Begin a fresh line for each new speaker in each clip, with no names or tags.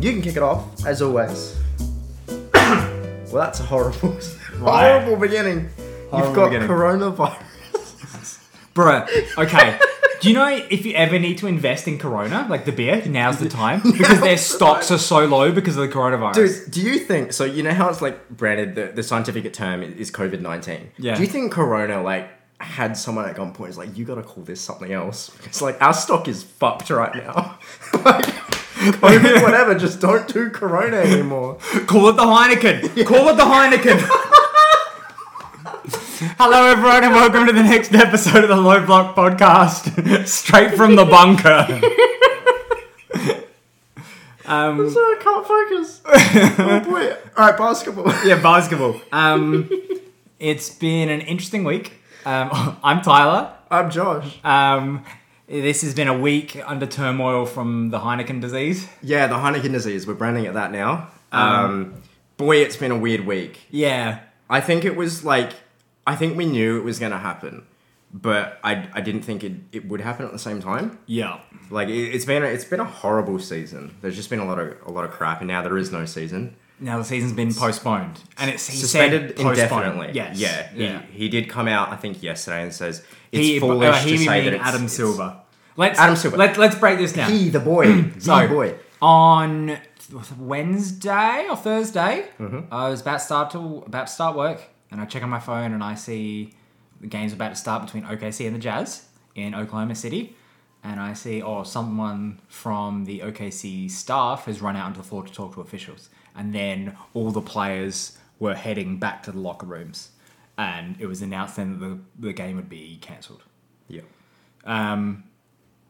You can kick it off, as always. well, that's a horrible,
Right.
horrible beginning.
Horrible
You've got
beginning.
coronavirus.
Bruh, okay. Do you know if you ever need to invest in Corona, like the beer, now's the time? Because their stocks are so low because of the coronavirus.
Dude, do you think so? You know how it's like branded. The, the scientific term is, is COVID nineteen.
Yeah.
Do you think Corona like had someone at gunpoint is like you gotta call this something else? It's like our stock is fucked right now. like COVID, whatever. Just don't do Corona anymore.
Call it the Heineken. Call it the Heineken. Hello, everyone, and welcome to the next episode of the Low Block Podcast, straight from the bunker. um,
So I can't focus. oh boy. All right, basketball.
yeah, basketball. Um, it's been an interesting week. Um, I'm Tyler.
I'm Josh.
Um, this has been a week under turmoil from the Heineken disease.
Yeah, the Heineken disease. We're branding it that now.
Uh-huh.
Um, boy, it's been a weird week.
Yeah,
I think it was like I think we knew it was gonna happen, but I, I didn't think it, it would happen at the same time.
yeah.
Like it, it's been a, it's been a horrible season. There's just been a lot of a lot of crap, and now there is no season.
Now the season's been postponed, and it's he
Suspended
said postponed.
indefinitely.
Yes.
yeah, he-
yeah.
He, did come out I think yesterday and says it's
he,
foolish
uh, he
to say
meaning
that it's,
Adam
it's-
Silver. Let's
Adam Silver.
Let, let's break this down.
He the boy, the
So,
boy.
on Wednesday or Thursday,
Mm-hmm.
I was about to start to about to start work, and I check on my phone and I see the game's about to start between OKC and the Jazz in Oklahoma City, and I see oh someone from the OKC staff has run out onto the floor to talk to officials, and then all the players were heading back to the locker rooms, and it was announced then that the, the game would be cancelled.
Yeah,
Um,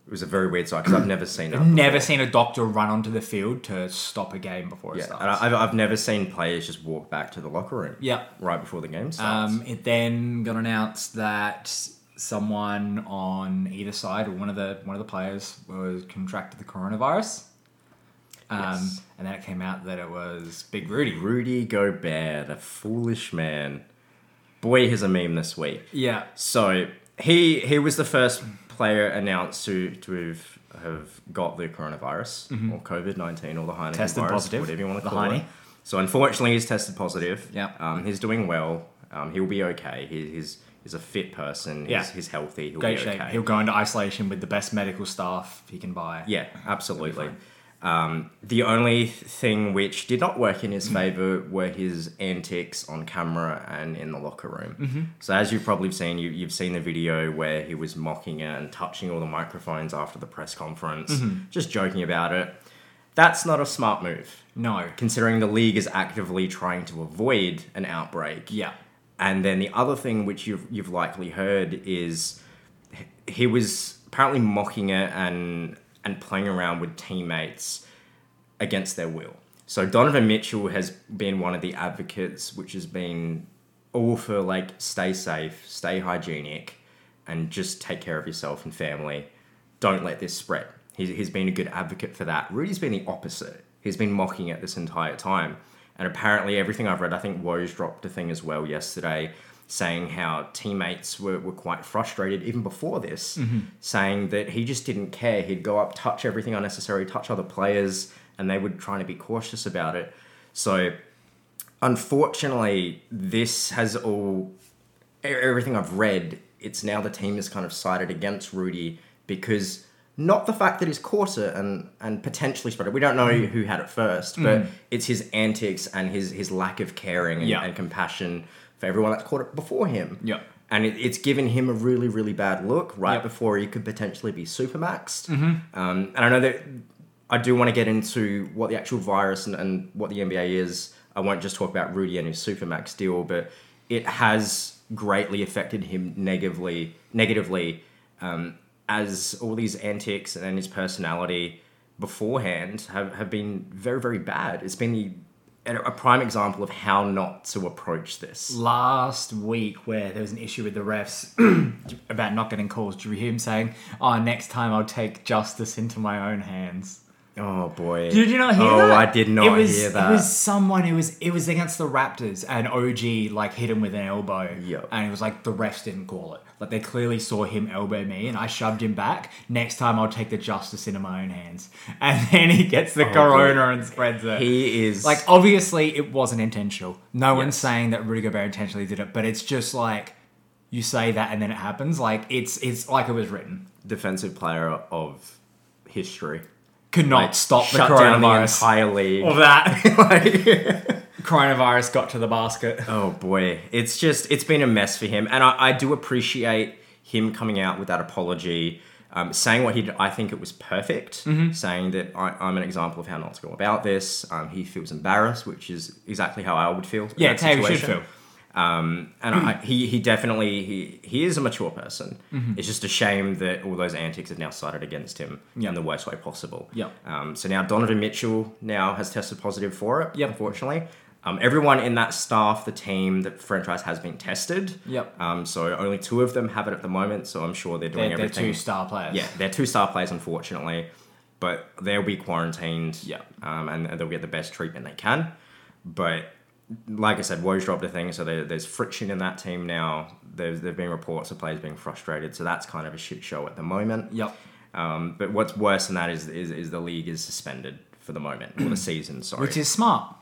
it was a very weird sight because I've never seen it.
Never seen a doctor run onto the field to stop a game before it
Yeah, and
starts.
I, I've, I've never seen players just walk back to the locker room.
Yeah.
right before the game starts.
um, it then got announced that someone on either side or one of the one of the players was contracted the coronavirus. Um,
Yes.
And then it came out that it was Big Rudy.
Rudy Gobert, the foolish man. Boy, here's a meme this week.
Yeah.
So he he was the first player announced to to have, have got the coronavirus or COVID nineteen or the Heineken
Mm-hmm. Tested
virus,
positive,
whatever you want to
the
call it.
Heine.
So unfortunately, he's tested positive.
Yep.
Um, he's doing well. Um, he'll be okay. He, he's he's a fit person. He's,
Yeah.
he's healthy. He'll
Great
be
shape.
okay.
He'll go into isolation with the best medical staff he can buy.
Yeah, absolutely. Um, the only thing which did not work in his favor were his antics on camera and in the locker room. So, as you've probably seen, you, you've seen the video where he was mocking it and touching all the microphones after the press conference, just joking about it. That's not a smart move,
No.
considering the league is actively trying to avoid an outbreak.
Yeah.
And then the other thing which you've you've likely heard is h- he was apparently mocking it and and playing around with teammates against their will. So Donovan Mitchell has been one of the advocates which has been all for like stay safe, stay hygienic, and just take care of yourself and family. Don't let this spread. He's, he's been a good advocate for that. Rudy's been the opposite. He's been mocking it this entire time. And apparently, everything I've read, I think Woj dropped a thing as well yesterday saying how teammates were, were quite frustrated even before this, saying that he just didn't care. He'd go up, touch everything unnecessary, touch other players, and they were trying to be cautious about it. So unfortunately, this has all e- everything I've read. It's now the team is kind of sided against Rudy because not the fact that he's caught it and and potentially spread it. We don't know who had it first, but it's his antics and his his lack of caring and,
Yeah.
and compassion for everyone that's caught it before him.
Yeah.
And it, it's given him a really, really bad look right
Yep. Mm-hmm.
before he could potentially be supermaxed. Um, and I know that I do want to get into what the actual virus and, and what the NBA is. I won't just talk about Rudy and his supermax deal, but it has greatly affected him negatively, negatively, um, as all these antics and his personality beforehand have, have been very, very bad. It's been the, a a prime example of how not to approach this.
last week where there was an issue with the refs about not getting calls. Do you hear him saying, "Oh, next time I'll take justice into my own hands"?
Oh boy.
Did you not hear
oh,
that?
I did not
it was,
hear that.
It was someone. It was it was against the Raptors, and OG like hit him with an elbow.
Yep.
And it was like the refs didn't call it. Like they clearly saw him elbow me, and I shoved him back. Next time, I'll take the justice into my own hands. And then he gets the corona and spreads it.
Oh, He is
like obviously, it wasn't intentional. No
Yes.
one's saying that Rudy Gobert intentionally did it, but it's just like you say that, and then it happens. Like it's it's like it was written.
defensive player of history.
Could not
Like,
stop the
shut down the
coronavirus. Oh.
entire league.
of that.
Like-
coronavirus got to the basket.
Oh boy, it's just it's been a mess for him, and I, I do appreciate him coming out with that apology, um, saying what he did. I think it was perfect,
Mm-hmm.
saying that I, I'm an example of how not to go about this. Um, he feels embarrassed, which is exactly how I would feel. in
Yeah,
that
it's how you should
situation.
feel.
Um, and I, he he definitely he he is a mature person.
Mm-hmm.
It's just a shame that all those antics are now cited against him
Yeah.
in the worst way possible.
Yeah.
Um, so now Donovan Mitchell now has tested positive for it.
Yep.
Unfortunately, um, everyone in that staff, the team, the franchise has been tested.
Yep.
Um, so only two of them have it at the moment. So I'm sure they're doing
They're, they're
everything.
two star players.
yeah, they're two star players, unfortunately, but they'll be quarantined.
Yep.
Um, and, and they'll get the best treatment they can. But like I said, Woj dropped a thing, so there, there's friction in that team now. There's there've been reports of players being frustrated, so that's kind of a shit show at the moment.
Yep.
Um, but what's worse than that is, is is the league is suspended for the moment, or the season, sorry.
Which is smart.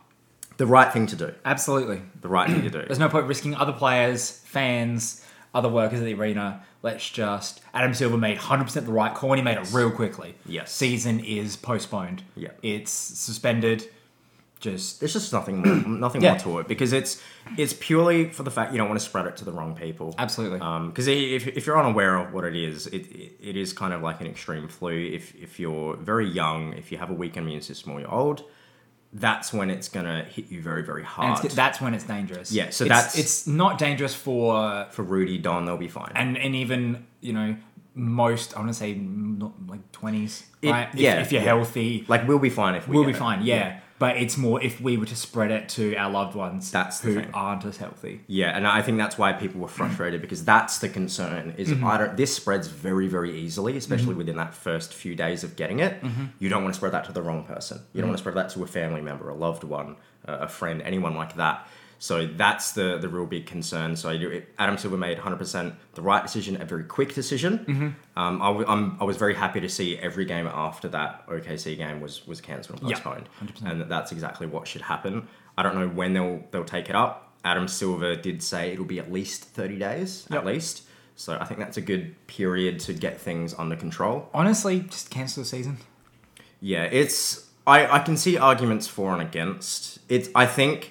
the right thing to do.
Absolutely.
The right thing to do.
There's no point risking other players, fans, other workers at the arena. Let's just. Adam Silver made 100% the right call and he made it real quickly.
Yes.
Season is postponed.
Yeah.
It's suspended. Just.
There's just nothing more, nothing
Yeah.
more to it because it's it's purely for the fact you don't want to spread it to the wrong people.
Absolutely.
Because Um, if, if you're unaware of what it is, it, it, it is kind of like an extreme flu. If, if you're very young, if you have a weak immune system or you're old, that's when it's going to hit you very, very
and
hard.
it's, that's when it's dangerous.
Yeah, so
It's-
that's-
It's not dangerous for
For Rudy, Don, they'll be fine.
and and even you know most I want to say not like twenties,
It-
right? If-
yeah,
if, you're
yeah.
healthy,
like, we'll be fine if we
we'll
get
be
it.
fine. Yeah. but it's more if we were to spread it to our loved ones
That's the
who
thing.
aren't as healthy.
Yeah, and I think that's why people were frustrated because that's the concern. Is I don't this spreads very very easily, especially within that first few days of getting it. You don't want to spread that to the wrong person. You don't want to spread that to a family member, a loved one, a a friend, anyone like that. So that's the the real big concern. So you, Adam Silver made 100% the right decision, a very quick decision. Um, I, w- I'm, I was very happy to see every game after that OKC game was was cancelled and
Yeah,
postponed,
100%.
and that that's exactly what should happen. I don't know when they'll they'll take it up. Adam Silver did say it'll be at least 30 days,
Yep.
at least. So I think that's a good period to get things under control.
Honestly, just cancel the season.
Yeah, it's I, I can see arguments for and against. It's I think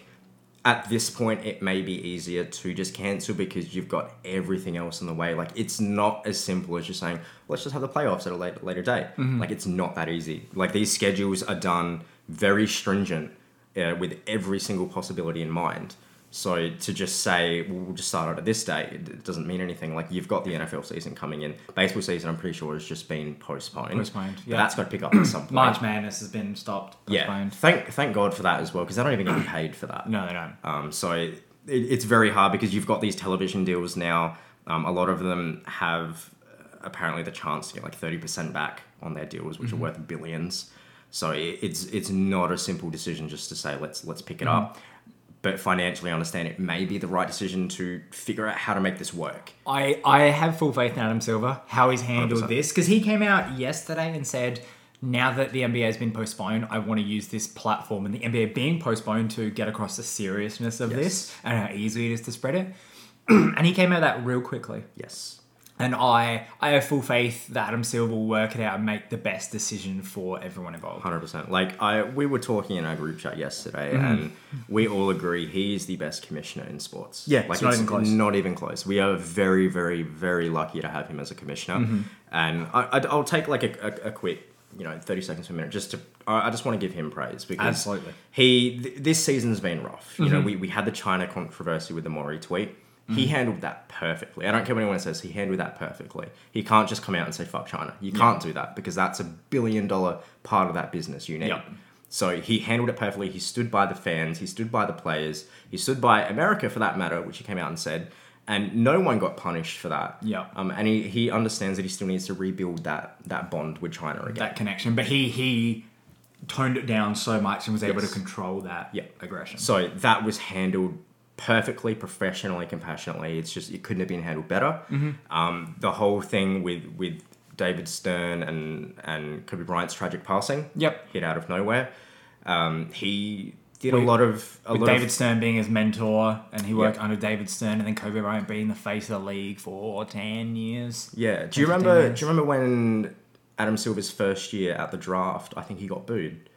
at this point it may be easier to just cancel because you've got everything else in the way. Like it's not as simple as just saying let's just have the playoffs at a later later date.
Mm-hmm.
Like it's not that easy. Like these schedules are done very stringent uh, with every single possibility in mind. So to just say well, we'll just start out at this date it it doesn't mean anything. Like you've got the NFL season coming in, baseball season. I'm pretty sure has just been postponed.
Postponed,
But
yeah.
That's got to pick up at some point.
March Madness has been stopped.
Yeah.
Postponed.
Thank thank God for that as well because they don't even get paid for that.
No, they don't.
Um, so it, it's very hard because you've got these television deals now. Um, a lot of them have uh, apparently the chance to get like thirty percent back on their deals, which
Mm-hmm.
are worth billions. So it, it's it's not a simple decision just to say let's let's pick it
Mm-hmm.
up. But financially, I understand it may be the right decision to figure out how to make this work.
I, I have full faith in Adam Silver, how he's handled
100%.
this, because he came out yesterday and said, now that the NBA has been postponed, I want to use this platform and the NBA being postponed to get across the seriousness of this and how easy it is to spread it. and he came out that real quickly.
Yes.
And I I have full faith that Adam Silver will work it out and make the best decision for everyone involved.
Hundred percent. Like I, we were talking in our group chat yesterday,
Mm.
and we all agree he is the best commissioner in sports.
Yeah,
like
it's not even close.
Not even close. We are very, very, very lucky to have him as a commissioner.
Mm-hmm.
And I, I'd- I'll take like a, a, a quick, you know, thirty seconds to a minute, just to. I I just want to give him praise because
Absolutely.
he th- this season's been rough. You know, we, we had the China controversy with the Maury tweet. He handled that perfectly. I don't care what anyone says. He handled that perfectly. He can't just come out and say fuck China. You can't do that because that's a billion dollar part of that business you need.
Yep.
So he handled it perfectly. He stood by the fans. He stood by the players. He stood by America for that matter, which he came out and said. And no one got punished for that.
Yep.
Um, and he, he understands that he still needs to rebuild that that bond with China again.
That connection. But he he toned it down so much and was able
Yes.
to control that
Yeah.
aggression.
So that was handled perfectly, professionally, compassionately. It's just it couldn't have been handled better.
Mm-hmm.
Um, the whole thing with with David Stern and and Kobe Bryant's tragic passing
Yep.
hit out of nowhere. Um, he did
With-
a lot of a
With
lot
David
of
Stern being his mentor, and he worked under David Stern, and then Kobe Bryant being the face of the league for ten years.
yeah. Do you
Entertainers.
remember? Do you remember when Adam Silver's first year at the draft? I think he got booed.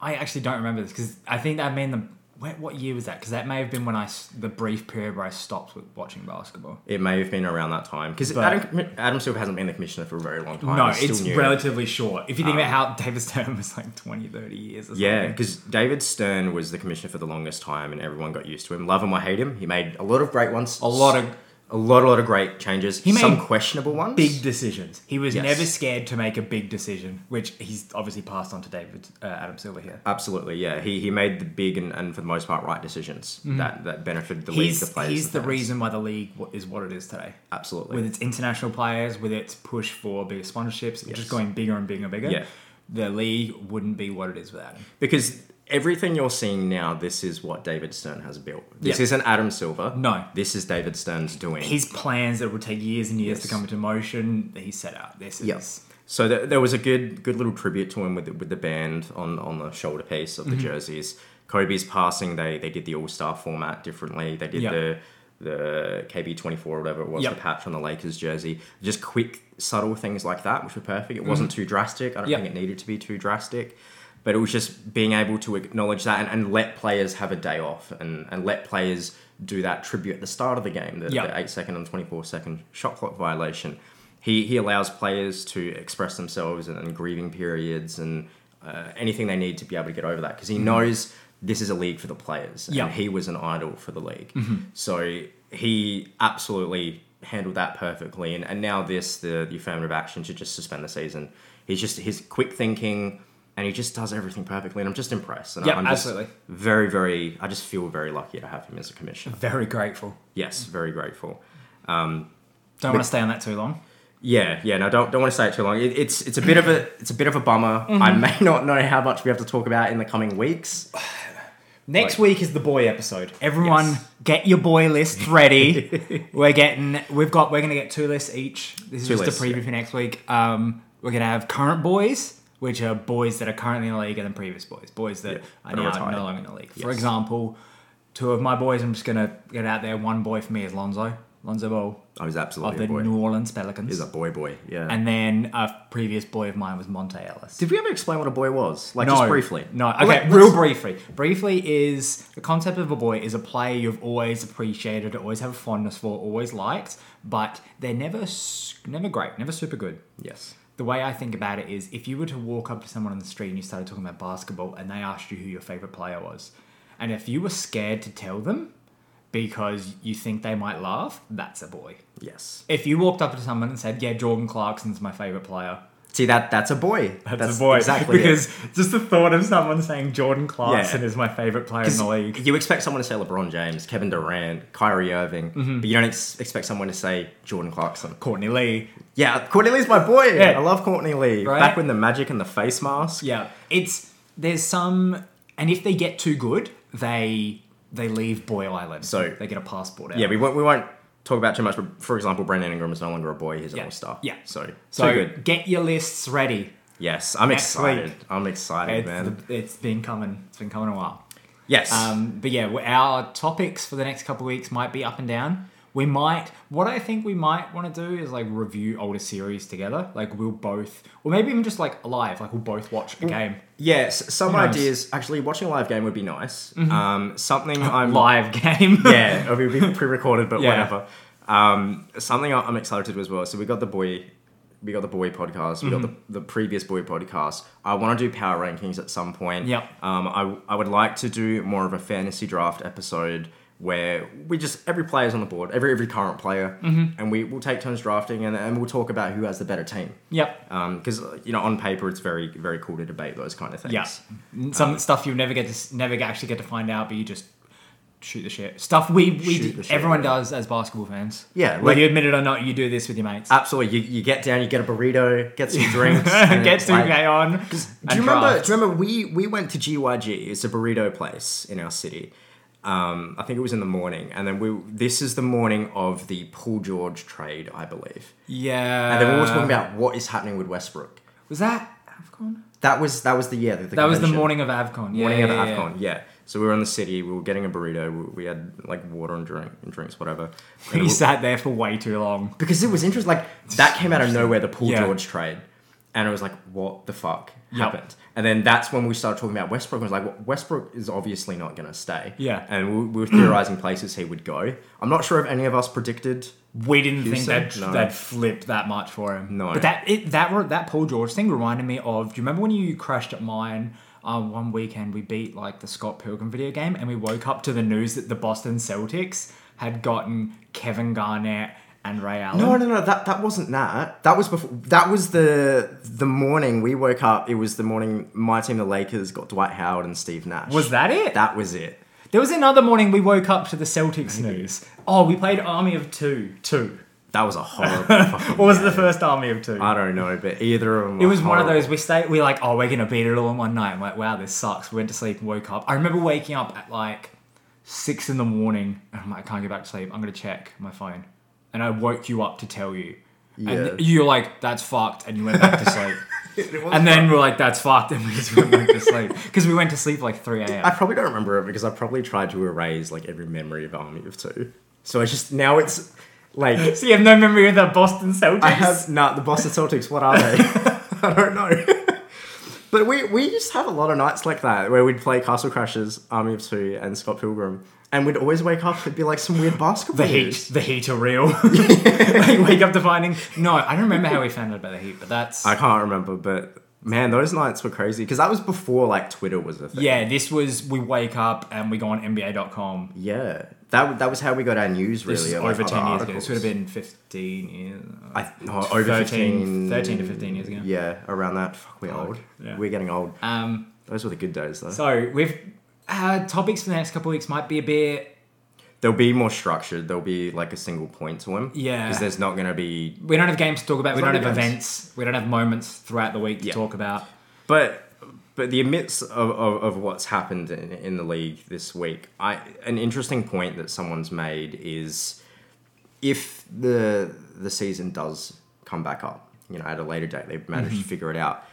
I actually don't remember this because I think that meant the wh- what year was that? Because that may have been when I s- the brief period where I stopped with watching basketball.
It may have been around that time because
But-
Adam, Adam Silver hasn't been the commissioner for a very long time.
No,
He's still
it's
new. Ah.
relatively short. If you think about how David Stern was like 20, 30 years or
Yeah,
something.
because David Stern was the commissioner for the longest time, and everyone got used to him. Love him or hate him, he made a lot of great ones. A
lot of-
a lot, a lot of great changes. He
made
some questionable ones.
Big decisions. He was
Yes.
never scared to make a big decision, which he's obviously passed on to David uh, Adam Silver here.
absolutely, yeah. He he made the big and, and for the most part right decisions that that benefited the
Mm-hmm. He's,
league, the players.
he's the
fans.
reason why the league wa- is what it is today.
Absolutely,
With its international players, with its push for bigger sponsorships, just going bigger and bigger and bigger,
Yeah.
the league wouldn't be what it is without him.
because everything you're seeing now, this is what David Stern has built. This
Yeah.
isn't Adam Silver.
No.
this is David Stern's doing.
His plans that will take years and years to
Yes.
come into motion, he set out. This is.
Yes. So th- there was a good, good little tribute to him with the, with the band on on the shoulder piece of the jerseys. Kobe's passing, they they did the All Star format differently. They did
Yeah.
the the KB twenty four or whatever it was,
Yep.
the patch on the Lakers jersey. Just quick, subtle things like that, which were perfect. It wasn't too drastic. I don't
Yep.
think it needed to be too drastic. But it was just being able to acknowledge that and, and let players have a day off and, and let players do that tribute at the start of the game, the,
Yep.
the eight second and 24 second shot clock violation. He, he allows players to express themselves and, and grieving periods and uh, anything they need to be able to get over that because he knows this is a league for the players
Mm-hmm. Yeah. Mm-hmm.
and he was an idol for the league. So he absolutely handled that perfectly. And, and now this, the, the affirmative action should just suspend the season. He's just his quick thinking and he just does everything perfectly. And I'm just impressed. And
Yeah,
I'm just
absolutely.
very, very, I just feel very lucky to have him as a commissioner.
Very grateful.
Yes, very grateful.
Don't want to stay on that too long.
Yeah, yeah. No, don't don't want to say it too long. It, it's it's a bit of a it's a bit of a bummer. I may not know how much we have to talk about in the coming weeks.
Next
Like-
week is the boy episode. Everyone,
Yes.
get your boy list ready. we're getting, we've got, we're gonna get two lists each. This is
Two
just
lists,
a preview
yeah.
for next week. Um, we're gonna have current boys, which are boys that are currently in the league, and then previous boys, boys that
Yeah,
are
that are
now
retired.
no longer in the league. For
Yes.
example, two of my boys. I'm just gonna get out there. One boy for me is Lonzo, Lonzo Ball
I was
of
absolutely
the
a boy.
New Orleans Pelicans,
He's a boy, boy. Yeah.
and then a previous boy of mine was Monte Ellis.
did we ever explain what a boy was? Like just briefly.
No,
Well,
okay,
let-
real
let's-
briefly. Briefly is the concept of a boy is a player you've always appreciated, always have a fondness for, always liked, but they're never s- never great, never super good.
Yes.
The way I think about it is if you were to walk up to someone on the street and you started talking about basketball and they asked you who your favorite player was, and if you were scared to tell them because you think they might laugh, that's a boy.
Yes.
If you walked up to someone and said, "Yeah, Jordan Clarkson's my favorite player,"
See that that's a boy. That's,
That's, a boy.
Exactly. it.
Because just the thought of someone saying Jordan Clarkson
Yeah.
is my favorite player in the league.
You expect someone to say LeBron James, Kevin Durant, Kyrie Irving, but you don't ex- expect someone to say Jordan Clarkson.
Courtney Lee.
Yeah, Courtney Lee's my boy.
Yeah.
I love Courtney Lee.
Right?
Back when the magic and the face mask.
Yeah. It's there's some and if they get too good, they they leave Boyle Island.
So-
they get a passport out.
Yeah, we won't we won't talk about too much. But for example, Brandon Ingram is no longer a boy; he's an
Yeah.
all star.
Yeah.
so so
so
good.
get your lists ready.
Yes, I'm
Next
excited.
week.
I'm excited,
It's,
man.
the- it's been coming. It's been coming a while.
yes,
Um, but yeah, w- our topics for the next couple of weeks might be up and down. We might. What I think we might want to do is like review older series together. Like we'll both, or maybe even just like live. Like we'll both watch a game
yes. Some
knows? Mm-hmm.
ideas. Actually, watching a live game would be nice. Um, something I'm
live game.
yeah, it would be pre-recorded, but
Yeah.
whatever. Um, something I- I'm excited to do as well. So we got the boy, we got the boy podcast. We got
Mm-hmm.
the, the previous boy podcast. I want to do power rankings at some point.
Yep.
Um, I I would like to do more of a fantasy draft episode where we just every player's on the board, every every current player,
Mm-hmm.
and we will take turns drafting and, and we'll talk about who has the better team.
Yep.
Because you know, on paper, it's very very cool to debate those kind of things. Um,
Yeah. Some stuff you never get to s- never get- actually get to find out, but you just shoot the shit stuff we we
Shoot the shit,
everyone
yeah.
does as basketball fans.
Yeah,
whether
like- Uh,
you admit it or not, you do this with your mates.
Absolutely. You, you get down, you get a burrito, get some drinks. and
Get
it's
too
like-
gay on.
Do you remember? Do you remember we we went to GYG? It's a burrito place in our city. Um, I think it was in the morning, and then we. This is the morning of the Paul George trade, I believe.
Yeah.
And then we were
Uh.
talking about what is happening with Westbrook.
was that Avcon?
That was that was the yeah. The,
That was the
convention.
morning of Avcon. Yeah,
morning
yeah,
of
yeah.
AFCON. Yeah. So we were in the city. We were getting a burrito. We, we had like water and drink and drinks, whatever. And
He
we-
sat there for way too long.
because it was interesting. Like that came out of nowhere, the Paul
Yeah.
George trade, and it was like, what the fuck
Yep.
happened? And then that's when we started talking about Westbrook. and was like, well, Westbrook is obviously not going to stay.
Yeah.
and we, we were theorizing places he would go. I'm not sure if any of us predicted.
We didn't think
said
that
no.
that flipped that much for him.
No.
but that it, that re- that Paul George thing reminded me of. Do you remember when you crashed at mine? Uh, one weekend we beat like the Scott Pilgrim video game, and we woke up to the news that the Boston Celtics had gotten Kevin Garnett and Ray Allen.
No, no, no. That that wasn't that. That was before. That was the the morning we woke up. It was the morning my team, the Lakers, got Dwight Howard and Steve Nash.
was that it?
That was it.
There was another morning we woke up to the Celtics news. Oh, we played Army of Two. Two.
That was a horrible. fucking
Or was it the
game.
first Army of Two?
I don't know, but either of them.
It was one of those we stay we like oh we're gonna beat it all in one night. I'm like wow this sucks. Went to sleep and woke up. I remember waking up at like six in the morning and I'm like I can't get back to sleep. I'm gonna check my phone, and I woke you up to tell you.
Yeah.
And you're like that's fucked, and you went back to sleep. and then we're like that's fucked, and we just went back to sleep because we went to sleep like three
I
a.m.
probably don't remember it because I probably tried to erase like every memory of Army of Two. So I just now it's like
So you have no memory of the Boston Celtics.
I have nah the Boston Celtics. What are they? I don't know. but we we just have a lot of nights like that where we'd play Castle Crashers, Army of Two, and Scott Pilgrim, and we'd always wake up. It'd be like some weird basketball
The heat,
news.
the heat are real. like wake up to finding. No, I don't remember how we found out about the heat, but that's
I can't remember, but man, those nights were crazy because that was before like Twitter was a thing.
Yeah, this was we wake up and we go on NBA.com.
Yeah. That, that was how we got our news really.
This is
of,
over
like,
10
other
years ago.
articles.
This would have been 15 years.
I, no, over 15,
13 13 to 15 years ago.
Yeah, around that. Fuck, we're old.
yeah.
We're getting old.
Um,
Those were the good days, though.
so we've uh, topics for the next couple of weeks might be a bit.
They'll be more structured. There'll be like a single point to them.
Yeah.
Because there's not going to be.
We don't have games to talk about. We
There's
don't
not
have
games.
events. We don't have moments throughout the week to
Yeah.
talk about.
But but the amidst of, of, of what's happened in, in the league this week, I an interesting point that someone's made is if the the season does come back up, you know, at a later date, they've managed
Mm-hmm.
to figure it out.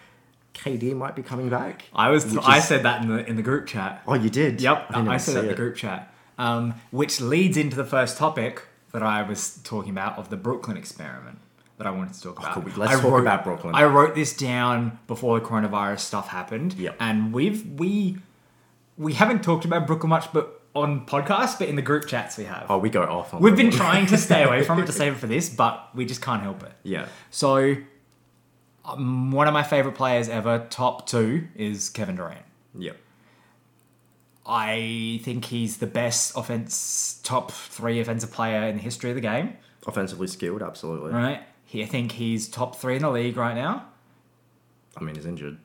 KD might be coming back.
I was
Which
I
is-
said that in the in the group chat.
Oh, you did.
Yep,
didn't
I,
even
said
see
that in the
it.
group chat. Um, which leads into the first topic that I was talking about of the Brooklyn experiment that I wanted to talk about.
cool. Oh, Let's
I
talk about Brooklyn.
I wrote this down before the coronavirus stuff happened.
Yep.
And we've we we haven't talked about Brooklyn much but on podcasts, but in the group chats we have.
Oh, we go off on.
We've
that
been
one.
trying to stay away from it to save it for this, but we just can't help it.
Yeah.
So um, one of my favorite players ever, top two, is Kevin Durant.
Yep.
I think he's the best offense, top three offensive player in the history of the game.
Offensively skilled, absolutely.
Right? He, I think he's top three in the league right now.
I mean, he's injured.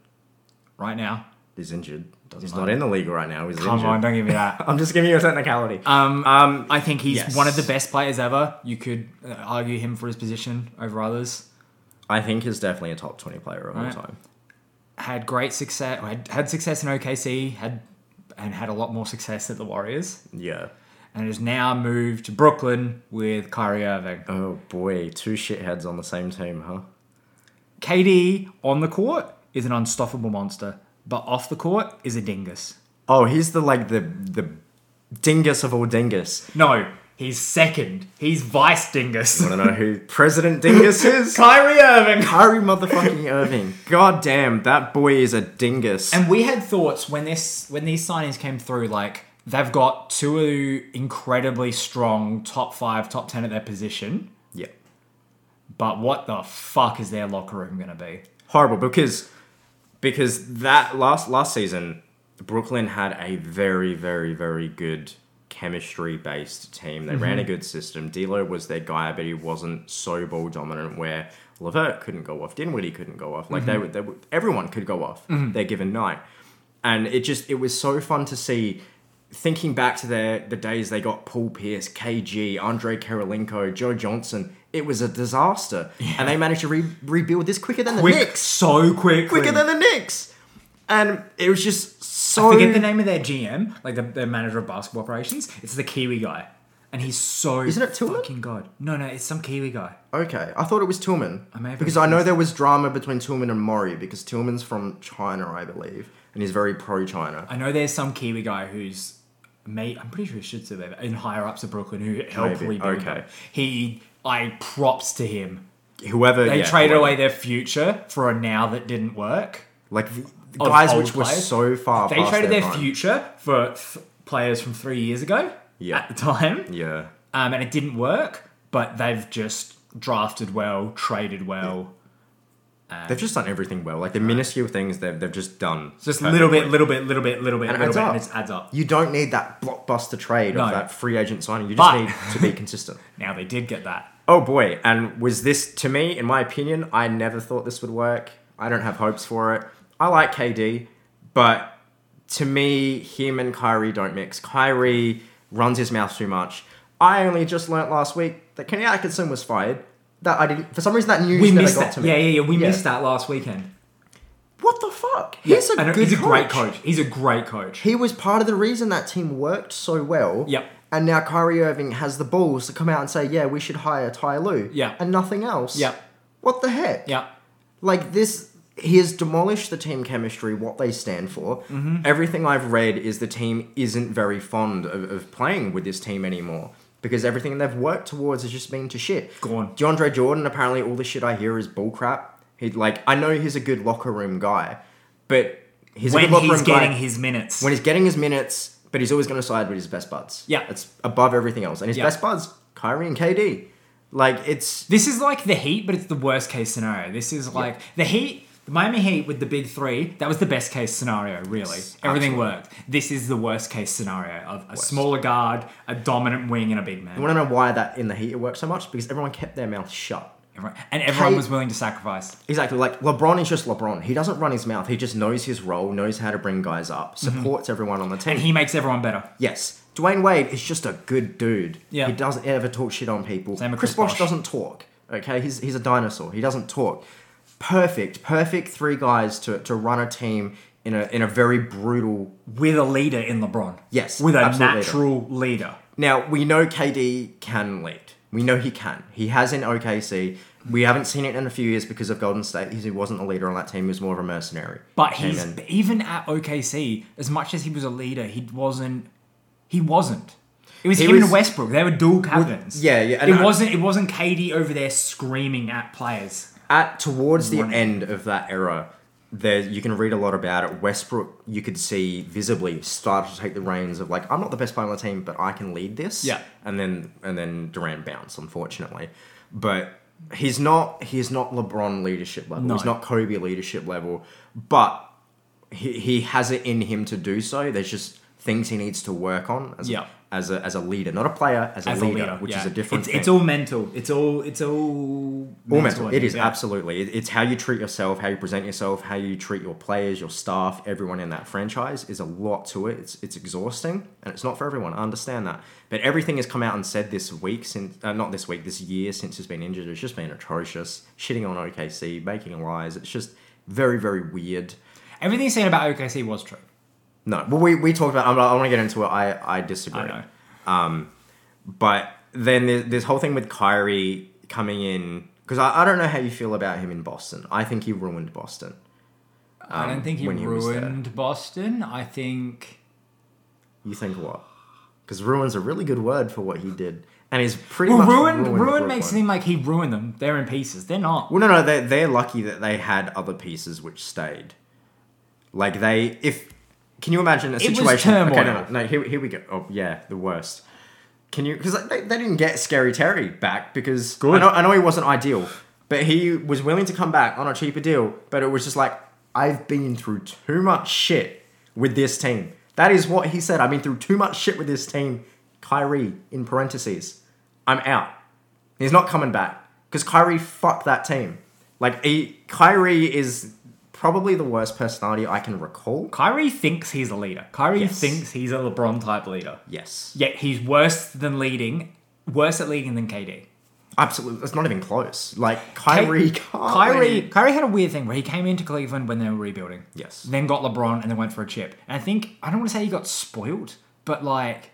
Right now,
He's injured. he's
matter.
not in the league right now. He's
come
injured.
on, don't give me that.
I'm just giving you a technicality.
Um,
Um,
I think he's
yes.
one of the best players ever. You could uh, argue him for his position over others.
I think he's definitely a top 20 player of all
Right.
time.
Had great success. or Had, had success in OKC. Had and had a lot more success at the Warriors.
Yeah.
And has now moved to Brooklyn with Kyrie Irving.
Oh boy, two shitheads on the same team, huh?
KD on the court is an unstoppable monster, but off the court is a dingus.
Oh, he's the like the the dingus of all dingus.
No, he's second. He's vice dingus.
I don't know who President Dingus is.
Kyrie Irving.
Kyrie motherfucking Irving. God damn, that boy is a dingus.
And we had thoughts when this when these signings came through, like they've got two incredibly strong top five, top ten at their position.
yeah.
But what the fuck is their locker room gonna be?
horrible because because that last last season Brooklyn had a very very very good chemistry based team. They ran a good system. D'Lo was their guy, but he wasn't so ball dominant where Levert couldn't go off, Dinwiddie couldn't go off. Like they were they, were everyone could go off their given night, and it just it was so fun to see thinking back to their the days they got Paul Pierce, KG, Andre Karolinko, Joe Johnson, it was a disaster, and they managed to re- rebuild this quicker than the
Quick,
Knicks.
so quick,
Quicker than the Knicks, and it was just so.
Forget the name of their GM, like the, the manager of basketball operations. It's the Kiwi guy, and he's so
Isn't it Tillman?
fucking god. No, no, it's some Kiwi guy.
Okay, I thought it was Tillman
may have
because I know there was drama between Tillman and Mori because Tillman's from China, I believe, and he's very pro-China.
I know there's some Kiwi guy who's mate. I'm pretty sure he should still be in higher ups of Brooklyn who helped
Maybe,
rebuild.
okay.
them. he. I props to him.
Whoever
They
yeah,
traded
whoever.
away their future for a now that didn't work.
like the- the
Of
guys
old
which were
players.
so far.
They
past
traded their
prime.
future for th- players from three years ago.
Yeah.
At the time,
Yeah,
um, and it didn't work. But they've just drafted well, traded well.
they've just done everything well. Like the minuscule things they've they've just done.
Just a little bit,
perfectly.
little bit, little bit, little bit,
And it
little
adds
bit,
up.
and it adds up.
You don't need that blockbuster trade
No.
of that free agent signing. You just
But-
need to be consistent.
Now they did get that.
Oh boy! And was this to me, in my opinion, I never thought this would work. I don't have hopes for it. I like KD, but to me, him and Kyrie don't mix. Kyrie runs his mouth too much. I only just learnt last week that Kenny Atkinson was fired. That I didn't. For some reason, that news
We
never
missed
got
that.
to me.
Yeah, yeah, yeah. We
Yeah.
missed that last weekend.
What the fuck? He's
I
a
know,
good.
He's a great coach. He's a great coach.
He was part of the reason that team worked so well.
Yep.
And now Kyrie Irving has the balls to come out and say, "Yeah, we should hire Ty Lue."
Yeah.
And nothing else.
Yep.
What the heck?
yeah.
Like this, he has demolished the team chemistry, what they stand for.
Mm-hmm.
Everything I've read is the team isn't very fond of, of playing with this team anymore because everything they've worked towards has just been to shit.
Gone.
DeAndre Jordan, apparently, all the shit I hear is bullcrap. He like, I know he's a good locker room guy, but he's a
When
good locker
he's
room
getting
guy
his minutes.
when he's getting his minutes, but he's always going to side with his best buds.
Yeah.
it's above everything else, and his
Yeah.
best buds, Kyrie and KD. Like it's
This is like the Heat, but it's the worst case scenario. This is like the Heat, the Miami Heat with the big three. That was the best case scenario, really. Everything
absolutely.
worked. This is the worst case scenario of a smaller guard, a dominant wing, and a big
I
man.
want to know why that in the heat it worked so much because everyone kept their mouth shut.
Everyone- And everyone
Kate-
was willing to sacrifice.
Exactly, like LeBron is just LeBron. He doesn't run his mouth. He just knows his role, knows how to bring guys up, supports everyone on the team.
Mm-hmm. And he makes everyone better.
yes, Dwayne Wade is just a good dude.
Yeah.
he doesn't ever talk shit on people.
Same with
Chris
Chris
Bosh
Bosh.
doesn't talk. Okay, he's he's a dinosaur. He doesn't talk. Perfect, perfect three guys to to run a team in a in a very brutal
With a leader in LeBron.
Yes,
With a
absolute leader.
natural leader.
Now we know KD can lead. We know he can. He has in OKC. We haven't seen it in a few years because of Golden State. He wasn't a leader on that team. He was more of a mercenary.
But
Came
he's
in.
even at OKC, as much as he was a leader, he wasn't. He wasn't. It was
He
him
was-
and Westbrook. They were dual captains.
yeah, yeah, and
it
I-
wasn't. It wasn't KD over there screaming at players.
at towards the end of that era. There, you can read a lot about it. Westbrook, you could see visibly start to take the reins of like, I'm not the best player on the team, but I can lead this.
Yeah.
and then and then Durant bounced, unfortunately. But he's not he's not LeBron leadership level.
No.
He's not Kobe leadership level. But he, he has it in him to do so. There's just things he needs to work on as
Yeah.
a, as a as a leader, not a player, as a,
As a
leader,
leader,
which
yeah.
is a different
It's,
thing.
it's all mental. It's all. It's all.
All mental.
I
It
think,
is
yeah.
absolutely. It- It's how you treat yourself, how you present yourself, how you treat your players, your staff, everyone in that franchise is a lot to it. It's it's exhausting, and it's not for everyone. I understand that, but everything has come out and said this week since uh, not this week, this year since he's been injured. It's just been atrocious, shitting on OKC, making lies. It's just very very weird.
Everything you said about OKC was true.
No, well we, we talked about. I'm, not- I want to get into it. I I disagree.
I know.
But then there's this whole thing with Kyrie coming in because I, I don't know how you feel about him in Boston. I think he ruined Boston.
I don't think he
Um, when he was there.
ruined Boston. I think.
You think what? Because ruin's a really good word for what he did, and he's pretty
Well,
much
ruined.
ruined
Ruined,
Brooklyn.
makes it seem like he ruined them. They're in pieces. They're not.
Well, no, no, they they're lucky that they had other pieces which stayed. Like they, if can you imagine a
was
situation?
turmoil.
Okay, no, no, no, here, here we go. Oh yeah, the worst. Can you? Because they, they didn't get Scary Terry back because I
Good.
know, I know he wasn't ideal, but he was willing to come back on a cheaper deal. But it was just like I've been through too much shit with this team. That is what he said. I've been through too much shit with this team. Kyrie in parentheses, I'm out. He's not coming back because Kyrie fucked that team. Like he, Kyrie is probably the worst personality I can recall.
Kyrie thinks he's a leader. Kyrie
Yes.
thinks he's a LeBron type leader.
Yes.
Yet he's worse than leading, worse at leading than KD.
Absolutely. It's not even close. Like, Kyrie
K-
can't.
Kyrie, Kyrie had a weird thing where he came into Cleveland when they were rebuilding.
Yes.
Then got LeBron and then went for a chip. And I think I don't want to say he got spoiled, but like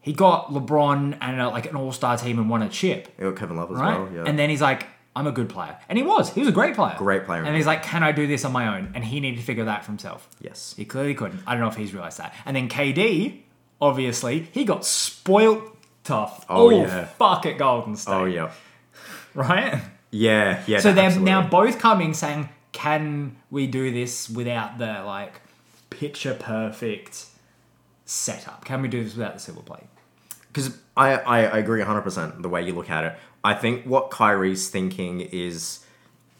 he got LeBron and uh like an All Star team and won a chip,
It was Kevin Love as
right?
well. Oh, Yeah.
And then he's like, "I'm a good player," and he was. He was a great player.
Great player.
And he's like, "Can I do this on my own?" And he needed to figure that for himself.
yes.
He clearly couldn't. I don't know if he's realized that. And then KD, obviously, he got spoilt tough.
Oh,
Oh,
yeah.
fuck at Golden State,
Oh, yeah.
right?
Yeah, yeah.
So they're
absolutely.
now both coming saying, "Can we do this without the like picture perfect setup? Can we do this without the silver plate?"
Because I, I I agree 100% the way you look at it. I think what Kyrie's thinking is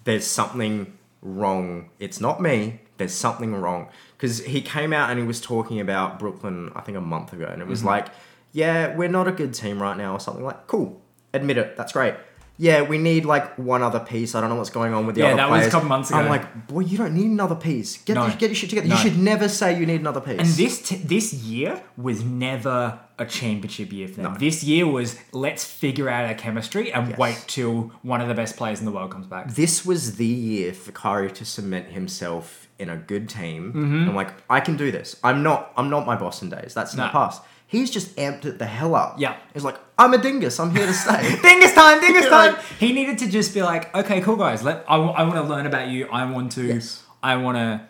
there's something wrong. It's not me. There's something wrong. Because he came out and he was talking about Brooklyn, I think a month ago, and it
Mm-hmm.
was like, yeah, we're not a good team right now, or something like, cool, admit it, that's great. Yeah, we need like one other piece. I don't know what's going on with the
Yeah,
other
that was a
players.
couple months
I'm
ago.
like, boy, you don't need another piece. Get,
No.
get your shit together.
No.
You should never say you need another piece.
And this t- this year was never a championship year for them. This year was let's figure out our chemistry and
Yes.
wait till one of the best players in the world comes back.
this was the year for Kyrie to cement himself in a good team.
Mm-hmm.
I'm like, I can do this. I'm not. I'm not my Boston days. That's in
No.
the past. He's just amped it the hell up.
Yeah.
he's like, I'm a dingus. I'm here to stay.
Dingus time, dingus
Yeah,
time.
like-
He needed to just be like, okay, cool guys. Let I, want to learn about you. I want to.
Yes.
I want to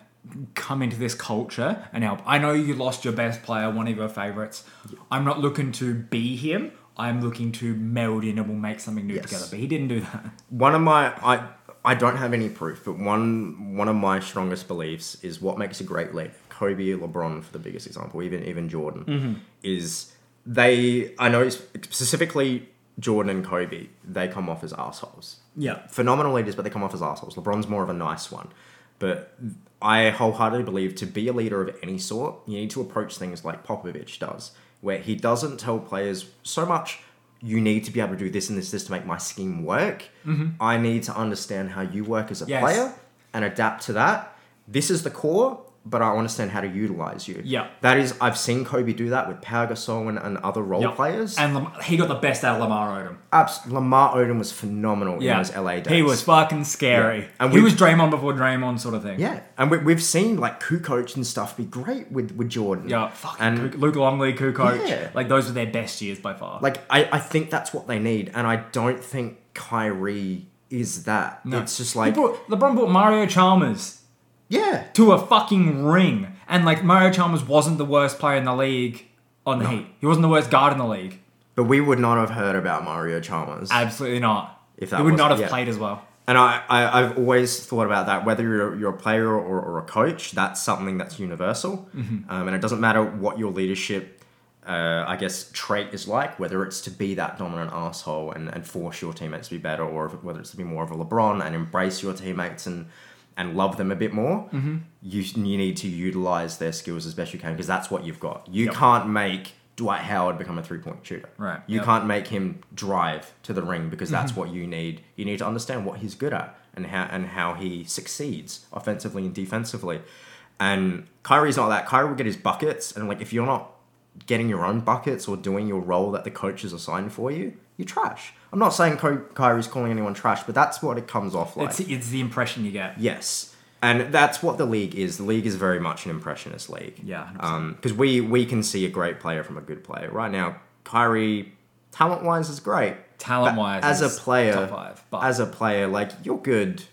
come into this culture and help. I know you lost your best player, one of your favorites. I'm not looking to be him. I'm looking to meld in and we'll make something new
Yes.
together. But he didn't do that.
one of my I I don't have any proof, but one one of my strongest beliefs is what makes a great leader. Kobe, LeBron, for the biggest example, even even Jordan,
Mm-hmm.
is they. I know specifically Jordan and Kobe. They come off as assholes.
Yeah.
phenomenal leaders, but they come off as assholes. LeBron's more of a nice one. But I wholeheartedly believe to be a leader of any sort, you need to approach things like Popovich does, where he doesn't tell players so much, you need to be able to do this and this, this to make my scheme work. I need to understand how you work as a
Mm-hmm. Yes.
player and adapt to that. This is the core, but I understand how to utilize you.
Yeah.
That is, I've seen Kobe do that with Pau Gasol and, and other role
Yep.
players.
And Lam- he got the best out of Lamar Odom.
Abs- Lamar Odom was phenomenal in those LA days.
He was fucking scary.
Yeah. And
he
we-
was Draymond before Draymond sort of thing.
Yeah, and we, we've seen like Ku coach and stuff be great with with Jordan.
Yeah, fucking
and
Ku- Luke Longley, Ku coach.
Yeah.
Like those were their best years by far.
like I, I think that's what they need, and I don't think Kyrie is that. It's just like
He brought, LeBron brought Mario Chalmers
yeah,
to a fucking ring, and like Mario Chalmers wasn't the worst player in the league on the Heat. He wasn't the worst guard in the league.
but we would not have heard about Mario Chalmers.
Absolutely not.
If that
he would not
wasn't-
have
yeah.
played as well.
and I, I I've always thought about that. Whether you're you're a player or, or a coach, that's something that's universal,
Mm-hmm.
um, and it doesn't matter what your leadership. Uh, I guess trait is like whether it's to be that dominant asshole and, and force your teammates to be better, or if- whether it's to be more of a LeBron and embrace your teammates and and love them a bit more.
Mm-hmm.
You you need to utilize their skills as best you can because that's what you've got. You can't make Dwight Howard become a three point shooter.
Right,
You
yep. Mm-hmm.
can't make him drive to the ring because that's what you need. You need to understand what he's good at and how and how he succeeds offensively and defensively. And Kyrie's not that. Kyrie will get his buckets, and like if you're not getting your own buckets or doing your role that the coaches assign for you, you're trash. I'm not saying Ky- Kyrie's calling anyone trash, but that's what it comes off like.
It's, it's the impression you get.
Yes, and that's what the league is. The league is very much an impressionist league.
Yeah, 100%.
because we we can see a great player from a good player. Right now, Kyrie, talent wise, is great.
Talent wise,
But as a player,
top five. But
as a player, like you're good,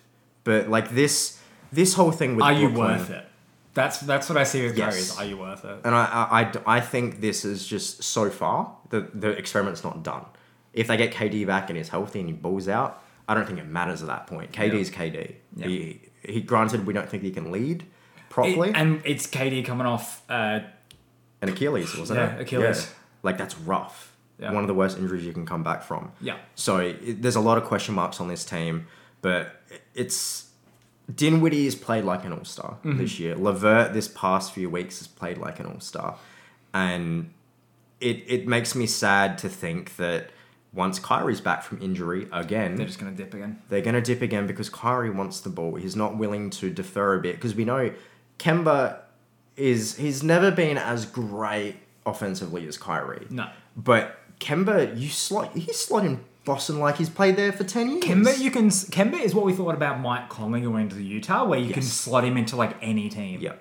but like this this whole thing with
are you
Brooklyn-
worth it? That's that's what I see with Curry.
Yes.
Is, are you worth it?
And I, I- I d- I think this is just so far the the experiment's not done. If they get KD back and he's healthy and he balls out, I don't think it matters at that point. KD is KD.
Yeah.
He, he granted we don't think he can lead properly.
It- and it's KD coming off. Uh,
and Achilles, wasn't
Yeah,
it?
Achilles.
Like that's rough.
Yeah.
One of the worst injuries you can come back from.
Yeah.
So it, there's a lot of question marks on this team, but it's Dinwiddie has played like an all star
Mm-hmm.
this year. Lavert this past few weeks has played like an all star, and it it makes me sad to think that once Kyrie's back from injury again,
They're just going to dip again.
they're going to dip again because Kyrie wants the ball. He's not willing to defer a bit because we know Kemba is he's never been as great offensively as Kyrie.
No.
But Kemba, you slot he's slotting Boston like he's played there for ten years.
Kemba, you can. Kemba is what we thought about Mike Conley going to Utah, where you can
Yes.
slot him into like any team.
yeah,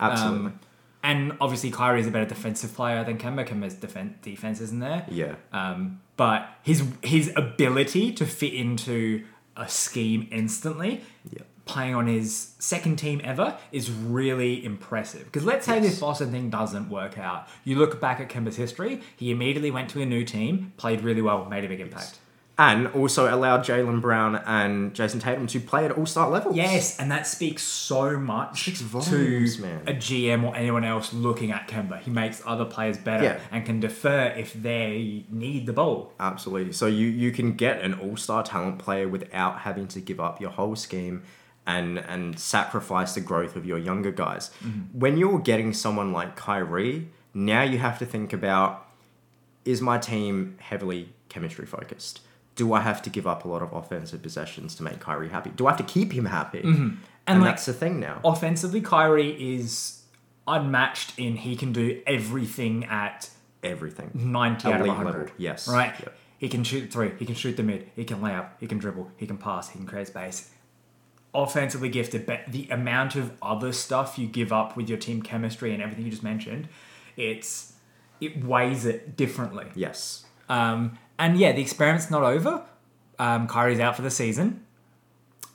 absolutely.
Um, and obviously, Kyrie is a better defensive player than Kemba. Kemba's defen- defense isn't there.
yeah,
Um, but his his ability to fit into a scheme instantly,
Yeah.
playing on his second team ever, is really impressive. Because let's say this Boston thing doesn't work out. You look back at Kemba's history, he immediately went to a new team, played really well, made a big impact.
and also allowed Jalen Brown and Jason Tatum to play at all star levels.
Yes, and that speaks so much
Speaks volumes,
to
man.
a GM or anyone else looking at Kemba. He makes other players better
Yeah.
and can defer if they need the ball.
Absolutely. So you you can get an all-star talent player without having to give up your whole scheme and and sacrifice the growth of your younger guys.
Mm-hmm.
When you're getting someone like Kyrie, now you have to think about is my team heavily chemistry focused? Do I have to give up a lot of offensive possessions to make Kyrie happy? Do I have to keep him happy? And,
Mm-hmm. like-
that's the thing now.
Offensively, Kyrie is unmatched in he can do everything at
Everything.
90 out of
Elite
100.
level, yes.
Right?
Yep.
He can shoot three, he can shoot the mid, he can lay up, he can dribble, he can pass, he can create space. Offensively gifted, but the amount of other stuff you give up with your team chemistry and everything you just mentioned, it's it weighs it differently.
Yes.
Um, and yeah, the experiment's not over. Um, Kyrie's out for the season.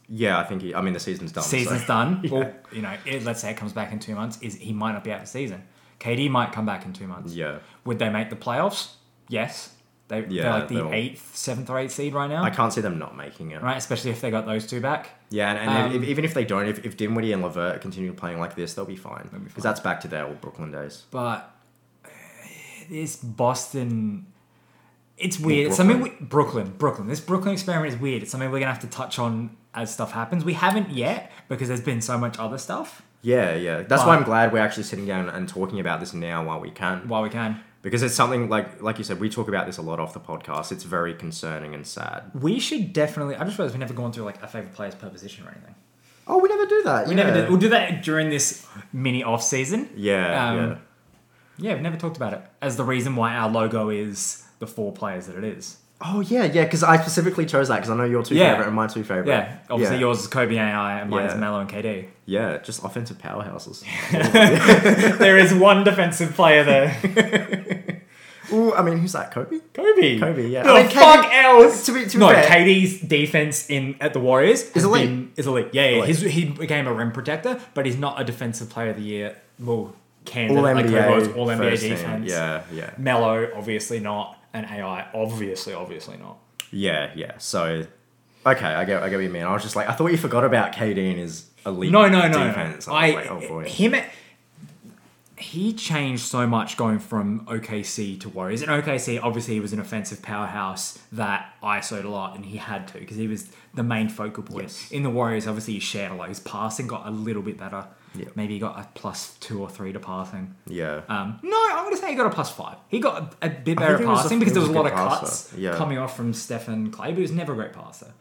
Yeah, I think he, I mean the season's done. so-
Season's done. Well, you know, it, let's say it comes back in two months. Is he might not be out for the season. KD might come back in two months.
Yeah.
Would they make the playoffs? Yes. They,
Yeah,
they're like the
they'll-
eighth, seventh or eighth seed right now.
I can't see them not making it.
right? Especially if they got those two back.
Yeah, and, and
Um,
if, even if they don't, if, if Dinwiddie and Levert continue playing like this, they'll be fine. Because that's back to their old Brooklyn days.
But uh, this Boston, it's weird. It's
Brooklyn.
something we, Brooklyn, Brooklyn. This Brooklyn experiment is weird. It's something we're gonna have to touch on as stuff happens. We haven't yet because there's been so much other stuff.
Yeah, yeah. That's why
But-
I'm glad we're actually sitting down and talking about this now while we can.
While we can,
Because it's something like like you said, we talk about this a lot off the podcast. It's very concerning and sad.
we should definitely. I just realized we never gone through like a favorite player's per position or anything.
Oh, we never do that.
We never did. We'll do that during this mini off season.
Yeah,
Um,
yeah.
Yeah, we've never talked about it as the reason why our logo is the four players that it is.
Oh, yeah, yeah. Because I specifically chose that because I know your two
Yeah.
favorite and my two favorite.
Yeah, obviously
yeah.
yours is Kobe AI and mine is
Yeah.
Melo and KD.
Yeah, just offensive powerhouses.
there is one defensive player there.
Ooh, I mean, who's that? Kobe.
Kobe.
Kobe, yeah.
The
I mean, KD
fuck else?
to be- to be
no,
fair-
KD's defense in at the Warriors has
elite.
been- is elite. Yeah, yeah.
Elite.
He's, he became a rim protector, but he's not a defensive player of the year. Well, candidate,
All
like
NBA.
Kobe was all NBA
first team.
defense.
Yeah, yeah.
Mello, obviously not, and AI, obviously, obviously not.
Yeah, yeah. So, okay, I get, I get what you mean. I was just like, I thought you forgot about KD and his elite
No, no, no.
defense.
no.
I
I,
was like, oh boy.
him. at- he changed so much going from OKC to Warriors. In OKC, obviously, he was an offensive powerhouse that ISO'd a lot, and he had to because he was the main focal point.
Yes.
In the Warriors, obviously, he shared a lot. His passing got a little bit better.
Yeah.
Maybe he got a plus two or three to passing.
yeah,
Um, no, I'm going to say he got a plus five. He got a, a bit better at
think it was a-
passing
it
because there
was
was
a
a lot of
good passer.
cuts
Yeah.
coming off from Stefan Clay, but he was never a great passer.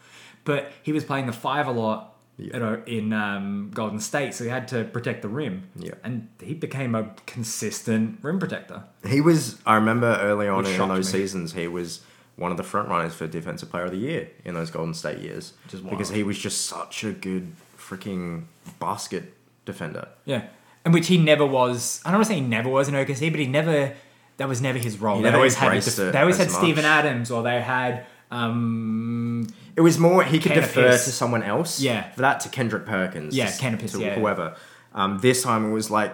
But he was playing the five a lot you know, in um, Golden State, so he had to protect the rim.
Yeah.
And he became a consistent rim protector.
he was. I remember early on
Which
in
shocked
those
me.
seasons, he was one of the front runners for defensive player of the year in those Golden State years,
Which is
because
wild.
he was just such a good freaking basket defender.
Yeah. And which he never was. I don't want to say he never was in OKC, but he never. That was never his role. They
never
always had. a
embraced
def-
it
They always
as
had Stephen
much.
Adams, or they had. Um,
It was more he could
Ken
defer
Appice.
to someone else.
Yeah.
for that to Kendrick Perkins.
Yeah,
to-
Ken Appice,
to
yeah.
whoever. Um, this time it was like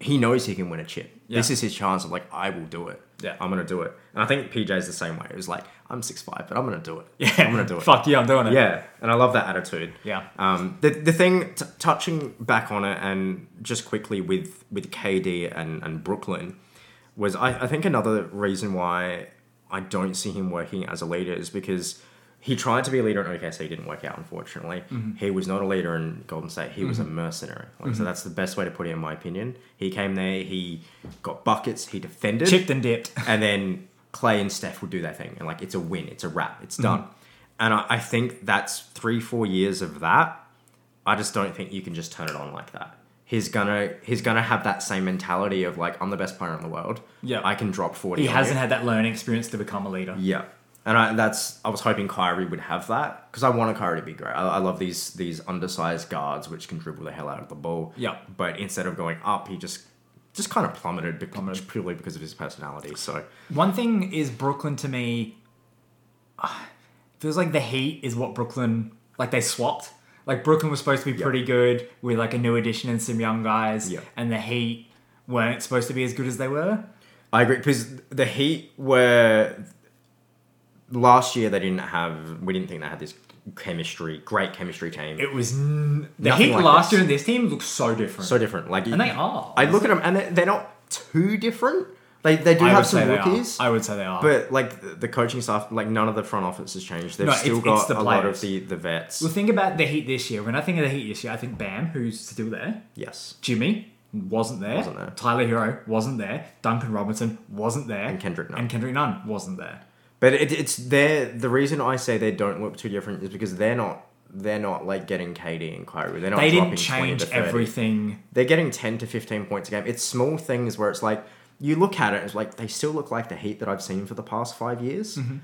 he knows he can win a chip.
Yeah.
This is his chance. of like, I will do it.
Yeah.
I'm gonna do it. And I think PJ's the same way. It was like, I'm six five, but I'm gonna do it.
yeah,
I'm gonna do it.
Fuck you, I'm doing it.
Yeah, and I love that attitude.
Yeah.
Um, the the thing t- touching back on it and just quickly with with KD and and Brooklyn was I, I think another reason why I don't see him working as a leader is because he tried to be a leader in OKC, E, didn't work out unfortunately.
Mm-hmm.
He was not a leader in Golden State. He was a mercenary. Like, So that's the best way to put it, in my opinion. He came there, he got buckets, he defended,
Chipped and dipped.
and then Clay and Steph would do their thing, and like it's a win, it's a wrap,
Mm-hmm.
it's done. And I, I think that's three, four years of that. I just don't think you can just turn it on like that. He's gonna he's gonna have that same mentality of like I'm the best player in the world.
Yeah.
I can drop forty.
He
on
hasn't
you."
had that learning experience to become a leader.
Yeah, and I, that's I was hoping Kyrie would have that because I wanted Kyrie to be great. I, I love these these undersized guards which can dribble the hell out of the ball.
Yeah.
but instead of going up, he just just kind of plummeted, bec- purely because of his personality. So
One thing is Brooklyn to me ah, feels like the Heat is what Brooklyn like they swapped. Like Brooklyn was supposed to be pretty good with like a new addition and some young guys,
Yeah.
and the Heat weren't supposed to be as good as they were.
I agree because the Heat were last year they didn't have we didn't think they had this chemistry great chemistry team.
It was n- the
Nothing
Heat
like
last
this.
year and this team looked so different.
so different, like
and they are.
I look at them and they're, they're not too different. They they do
I
have
would say
some
they are.
rookies.
I would say they are.
But like the- the coaching staff, like none of the front office has changed. They've
No, it's-
still
it's
got
the
a lot
players.
of the the vets.
well, think about the Heat this year. When I think of the Heat this year, I think Bam, who's still there.
yes,
Jimmy wasn't there.
Wasn't there.
Tyler Hero wasn't there. Duncan Robinson wasn't there. And
Kendrick Nunn.
And Kendrick Nunn wasn't there.
but it, it's they're the reason I say they don't look too different is because they're not they're not like getting KD and Kyrie. They're not
They
dropping
didn't
20
change
to 30.
everything.
They're getting ten to fifteen points a game. It's small things where it's like you look at it, it's like they still look like the Heat that I've seen for the past five years.
Mm-hmm.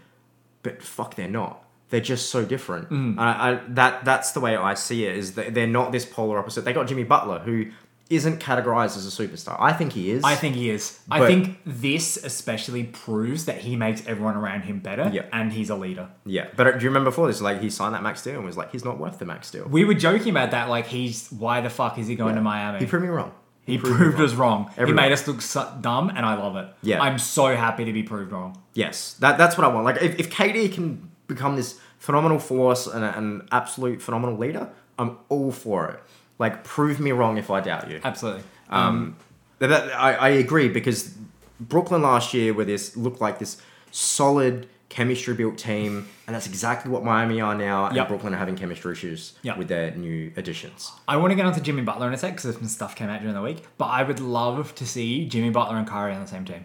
But fuck, they're not. They're just so different.
Mm-hmm.
And I, I, that that's the way I see it. Is that they're not this polar opposite. They got Jimmy Butler who. Isn't categorized as a superstar. I think he is.
I think he is. I
But-
think this especially proves that he makes everyone around him better
Yeah.
and he's a leader.
Yeah, but do you remember before this? Like he signed that max deal and was like, he's not worth the max deal.
We were joking about that, like he's why the fuck is he going to Miami?
He proved me wrong.
He
proved
proved,
me
us wrong.
Everyone.
He made us look so dumb, and I love it.
Yeah.
I'm so happy to be proved wrong.
Yes, that that's what I want. Like if, if KD can become this phenomenal force and a- an absolute phenomenal leader, I'm all for it. Like prove me wrong if I doubt you.
Absolutely.
Um, that, that- I, I agree because Brooklyn last year were this looked like this solid chemistry built team, and that's exactly what Miami are now. And
Yep.
Brooklyn are having chemistry issues
Yep.
with their new additions.
I want to get onto Jimmy Butler in a sec because some stuff came out during the week. But I would love to see Jimmy Butler and Kyrie on the same team.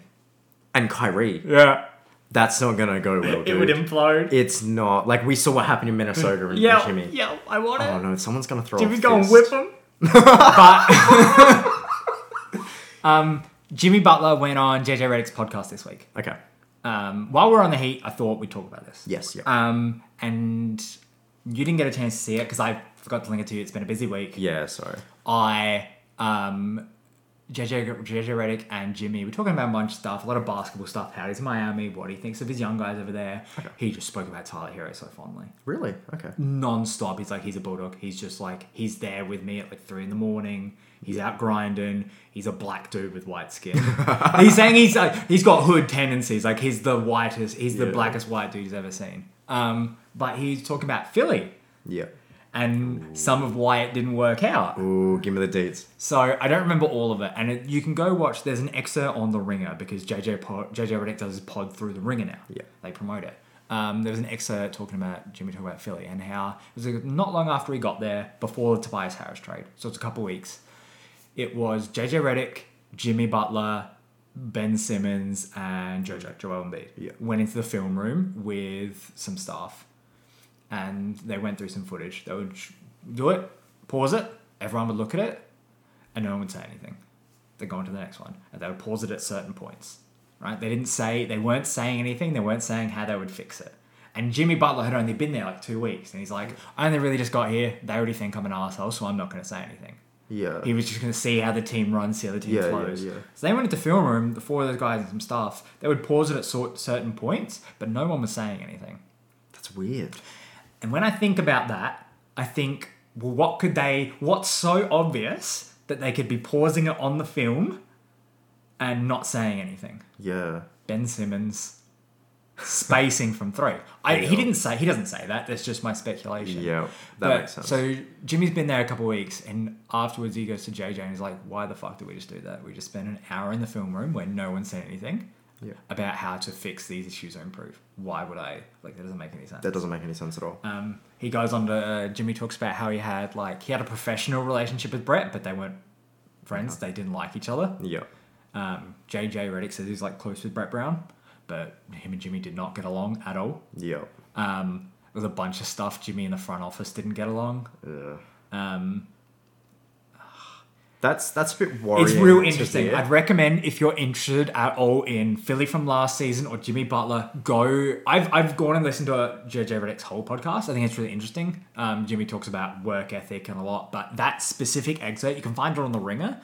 And Kyrie,
Yeah,
that's not gonna go well. Dude.
it would implode.
It's not like we saw what happened in Minnesota and
yeah,
Jimmy.
yeah, I want it.
Oh no, someone's gonna throw.
Jimmy's
a
going to
fist.
whip him. but um, Jimmy Butler went on JJ Redick's podcast this week.
Okay.
Um, while we're on the heat, I thought we'd talk about this.
Yes. Yeah.
Um, and you didn't get a chance to see it because I forgot to link it to you. It's been a busy week.
yeah. Sorry.
I um JJ JJ Redick and Jimmy were talking about a bunch of stuff, a lot of basketball stuff, how he's in Miami, what he thinks of his young guys over there. He just spoke about Tyler Hero so fondly.
Really? Okay.
Non-stop. He's like, he's a bulldog. He's just like, he's there with me at like three in the morning. He's out grinding. He's a black dude with white skin. he's saying he's like, he's got hood tendencies. Like he's the whitest, he's the
Yeah.
blackest white dude he's ever seen. Um, but he's talking about Philly
Yeah.
and some of why it didn't work out.
Ooh, give me the deets.
So I don't remember all of it, and it, you can go watch. There's an excerpt on The Ringer because JJ pod, JJ Redick does his pod through The Ringer now.
Yeah.
they promote it. Um, there was an excerpt talking about Jimmy talking about Philly and how it was like not long after he got there, before the Tobias Harris trade. So it's a couple weeks. It was JJ Redick, Jimmy Butler, Ben Simmons, and JoJo Joel Embiid.
Yeah.
Went into the film room with some staff and they went through some footage. They would sh- do it, pause it, everyone would look at it, and no one would say anything. They'd go on to the next one, and they would pause it at certain points. Right? They didn't say they weren't saying anything. They weren't saying how they would fix it. And Jimmy Butler had only been there like two weeks, and he's like, "I only really just got here. They already think I'm an asshole, so I'm not going to say anything."
Yeah.
He was just going to see how the team runs, see how the team
Yeah, yeah,
flows.
yeah.
So they went into film room, the four of those guys and some staff. They would pause it at sort, certain points, but no one was saying anything.
That's weird.
And when I think about that, I think, well, what could they, what's so obvious that they could be pausing it on the film and not saying anything?
Yeah.
Ben Simmons spacing from three. I, he didn't say, he doesn't say that. That's just my speculation.
Yeah. That
But-
makes sense.
So Jimmy's been there a couple of weeks, and afterwards he goes to JJ and he's like, "Why the fuck did we just do that? We just spent an hour in the film room where no one said anything
Yeah.
about how to fix these issues or improve. Why would I? Like that doesn't make any sense."
that doesn't make any sense at all.
Um, he goes on to uh, Jimmy talks about how he had like he had a professional relationship with Brett, but they weren't friends. They didn't like each other.
Yeah.
Um, JJ Reddick says he's like close with Brett Brown, but him and Jimmy did not get along at all.
Yeah.
Um, there was a bunch of stuff Jimmy in the front office didn't get along.
Yeah.
Um,
That's that's a bit worrying.
it's real
to
interesting.
hear.
I'd recommend if you're interested at all in Philly from last season or Jimmy Butler, go. I've, I've gone and listened to a JJ Reddick's whole podcast. I think it's really interesting. Um, Jimmy talks about work ethic and a lot, but that specific excerpt, you can find it on The Ringer.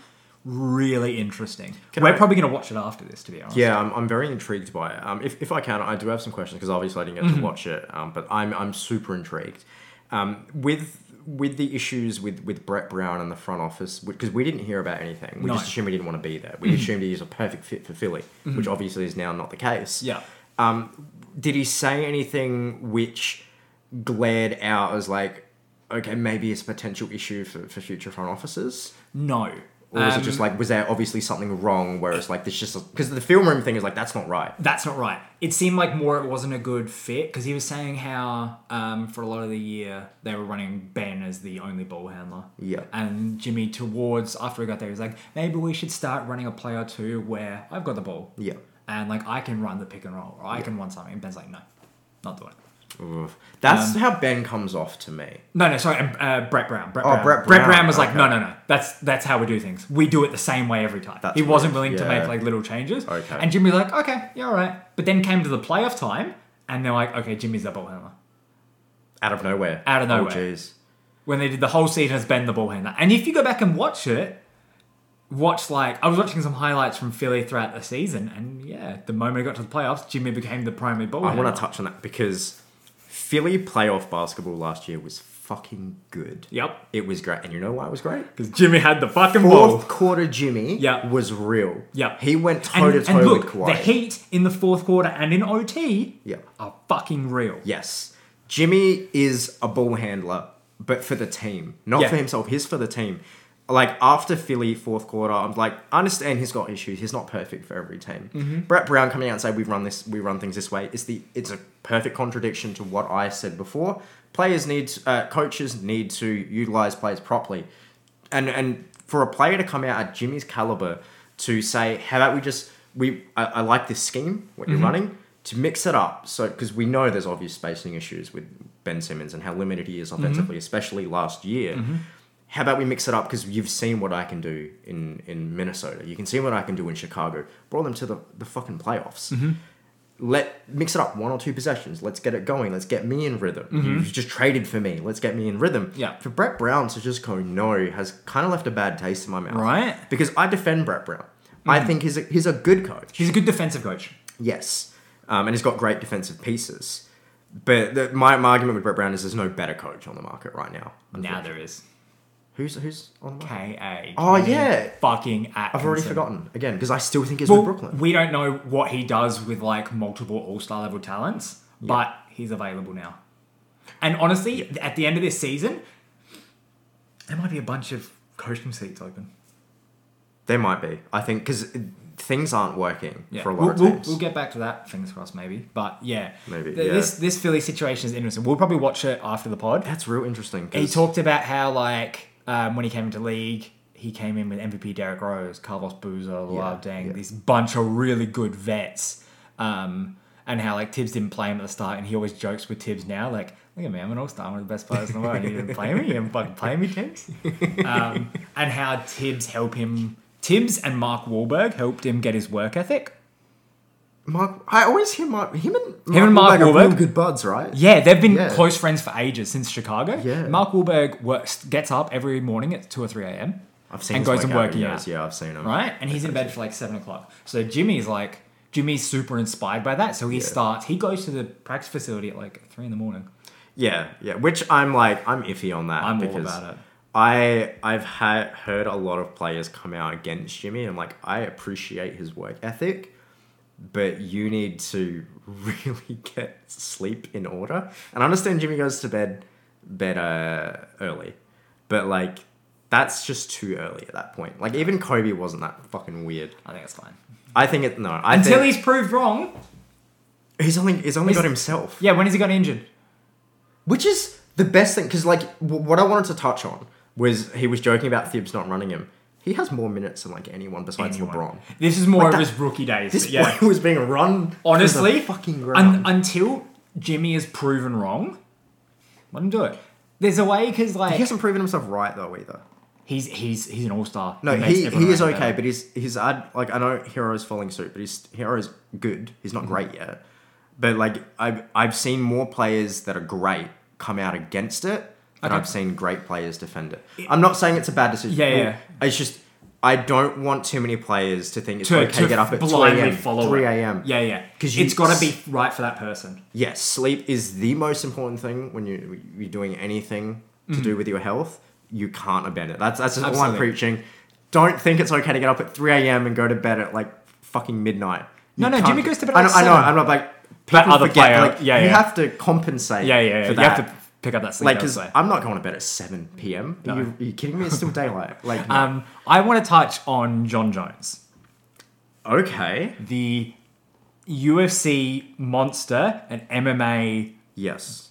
Really interesting.
Can
We're
I-
probably going to watch it after this, to be honest.
Yeah, I'm, I'm very intrigued by it. Um, if, if I can, I do have some questions because obviously I didn't get to watch it, um, but I'm, I'm super intrigued. Um, with with the issues with, with Brett Brown and the front office, because we didn't hear about anything. We
No.
just assumed he didn't want to be there. We assumed he was a perfect fit for Philly, which obviously is now not the case.
Yeah.
Um, did he say anything which glared out as like, okay, maybe it's a potential issue for, for future front offices?
No.
Or was it
Um,
just like, was there obviously something wrong where it's like, this just, because the film room thing is like, that's not right.
That's not right. It seemed like more it wasn't a good fit because he was saying how um, for a lot of the year they were running Ben as the only ball handler.
Yeah.
And Jimmy towards after we got there he was like maybe we should start running a play or two where I've got the ball.
Yeah.
And like I can run the pick and roll or I can run something. And Ben's like no, not doing it.
Oof.
um,
That's how Ben comes off to me.
No, no, sorry, um, uh, Brett Brown. Brett
Oh,
Brown.
Brett Brown,
was like,
okay.
no, no, no. That's that's how we do things. We do it the same way every time.
That's
he wasn't
weird,
willing to
yeah.
make like little changes.
Okay.
And Jimmy was like, okay, yeah, all right. But then came to the playoff time, and they're like, okay, Jimmy's the ball handler.
Out of nowhere.
Out of
Oh,
nowhere.
jeez.
When they did the whole season as Ben the ball handler. And if you go back and watch it, watch like I was watching some highlights from Philly throughout the season, and yeah, the moment we got to the playoffs, Jimmy became the primary ball
I
handler.
want to touch on that because Philly playoff basketball last year was fucking good.
Yep.
It was great. And you know why it was great?
Because Jimmy had the fucking ball.
Fourth quarter Jimmy
Yeah.
was real.
Yeah.
He went
And,
toe to
and
toe with
look, the
Kawhi.
Heat in the fourth quarter and in OT
yeah.
are fucking real.
Yes. Jimmy is a ball handler, but for the team, not
Yeah.
for himself. He's for the team. Like after Philly fourth quarter, I'm like, I understand he's got issues. He's not perfect for every team.
Mm-hmm.
Brett Brown coming out and saying we run this, we run things this way. It's the it's a perfect contradiction to what I said before. Players need, uh, coaches need to utilize players properly, and and for a player to come out at Jimmy's caliber to say, how about we just we I, I like this scheme what you're running to mix it up. So because we know there's obvious spacing issues with Ben Simmons and how limited he is offensively, especially last year. How about we mix it up because you've seen what I can do in in Minnesota. You can see what I can do in Chicago. Brought them to the the fucking playoffs. Let mix it up one or two possessions. Let's get it going. Let's get me in rhythm. You've just traded for me. Let's get me in rhythm.
Yeah.
For Brett Brown to just go no has kind of left a bad taste in my mouth.
Right. Mm-hmm.
Because I defend Brett Brown. I think he's a, he's a good coach.
He's a good defensive coach.
Yes, um, and he's got great defensive pieces. But the, my, my argument with Brett Brown is there's no better coach on the market right now.
Now there is.
Who's who's on the market?
K.A.
Oh,
Kenny
yeah.
Fucking Atkinson.
I've already forgotten again because I still think he's
Well,
with Brooklyn.
we don't know what he does with like multiple all star level talents, but he's available now. And honestly, at the end of this season, there might be a bunch of coaching seats open.
There might be. I think because things aren't working
Yeah.
for a lot
we'll,
of
we'll-
teams.
we'll get back to that. Fingers crossed, maybe. But yeah,
Maybe,
Th-
yeah.
This this Philly situation is interesting. We'll probably watch it after the pod.
That's real interesting. 'cause-
He talked about how like um, when he came into league, he came in with MVP Derrick Rose, Carlos Boozer, Luau Deng,
yeah.
this bunch of really good vets, um, and how like Tibbs didn't play him at the start, and he always jokes with Tibbs now, like, "Look at me, I'm an all-star, I'm one of the best players in the world, and you didn't play me, you didn't fucking play me, Tibbs." Um, and how Tibbs helped him, Tibbs and Mark Wahlberg helped him get his work ethic.
Mark, I always hear Mark. Him and Mark
and Mark
Wahlberg are real
Wahlberg.
good buds, right?
Yeah, they've been
Yeah.
close friends for ages since Chicago.
Yeah.
Mark Wahlberg works, gets up every morning at two or three a.m.
I've seen
and
his
goes and
workout
working
videos.
out.
Yeah, I've seen him.
right? And he's in bed for like seven o'clock. So Jimmy's like, Jimmy's super inspired by that. So he starts, he goes to the practice facility at like three in the morning.
Yeah, yeah. Which I'm like, I'm iffy on that.
I'm all
because
about it.
I I've had heard a lot of players come out against Jimmy, and I'm like, I appreciate his work ethic, but you need to really get sleep in order. And I understand Jimmy goes to bed better early, but like. That's just too early at that point. Like even Kobe wasn't that fucking weird.
I think it's fine.
I think it no. I
Until
think
he's proved wrong.
he's only he's only
He's-
got himself.
Yeah, when has he got injured?
which is the best thing because like w- what i wanted to touch on was he was joking about thibs not running him He has more minutes than like anyone besides
Anyone.
LeBron.
This is more
that-
of his rookie days.
This
but yeah.
boy was being run to the
Honestly,
fucking
un-
ground.
until Jimmy is proven wrong, let him do it. There's a way because like
he hasn't proven himself right though either.
he's he's he's an all star.
No, he, he is okay, but he's he's ad, like I know Hero's falling suit, but his Hero's good. He's
Mm-hmm.
not great yet. But like I've I've seen more players that are great come out against it than
Okay.
I've seen great players defend it. I'm not saying it's a bad decision.
Yeah, yeah.
It's just I don't want too many players to think it's
to,
okay to get up at two
blindly
a.m.
follow
three
it.
a.m.
Yeah, yeah.
'Cause
Because
you-
it's got to be right for that person.
Yes, sleep is the most important thing when you you're doing anything to do with your health. You can't abandon it. That's that's just all I'm
Mm. Absolutely.
preaching. Don't think it's okay to get up at three a.m. and go to bed at like fucking midnight.
No,
You
no,
can't
Jimmy
do-
goes to bed
I
at
know,
like
I know.
seven.
I'm not like
That
people
other
forget,
player-
Like,
yeah,
you
yeah.
have to compensate.
Yeah, yeah. yeah.
For
You
that.
have to pick up that sleep.
like,
I would
because
say.
I'm not going to bed at seven p.m. Are, you, are you kidding me? It's still daylight. Like, no.
um, I want to touch on John Jones.
okay,
the UFC monster and MMA,
yes,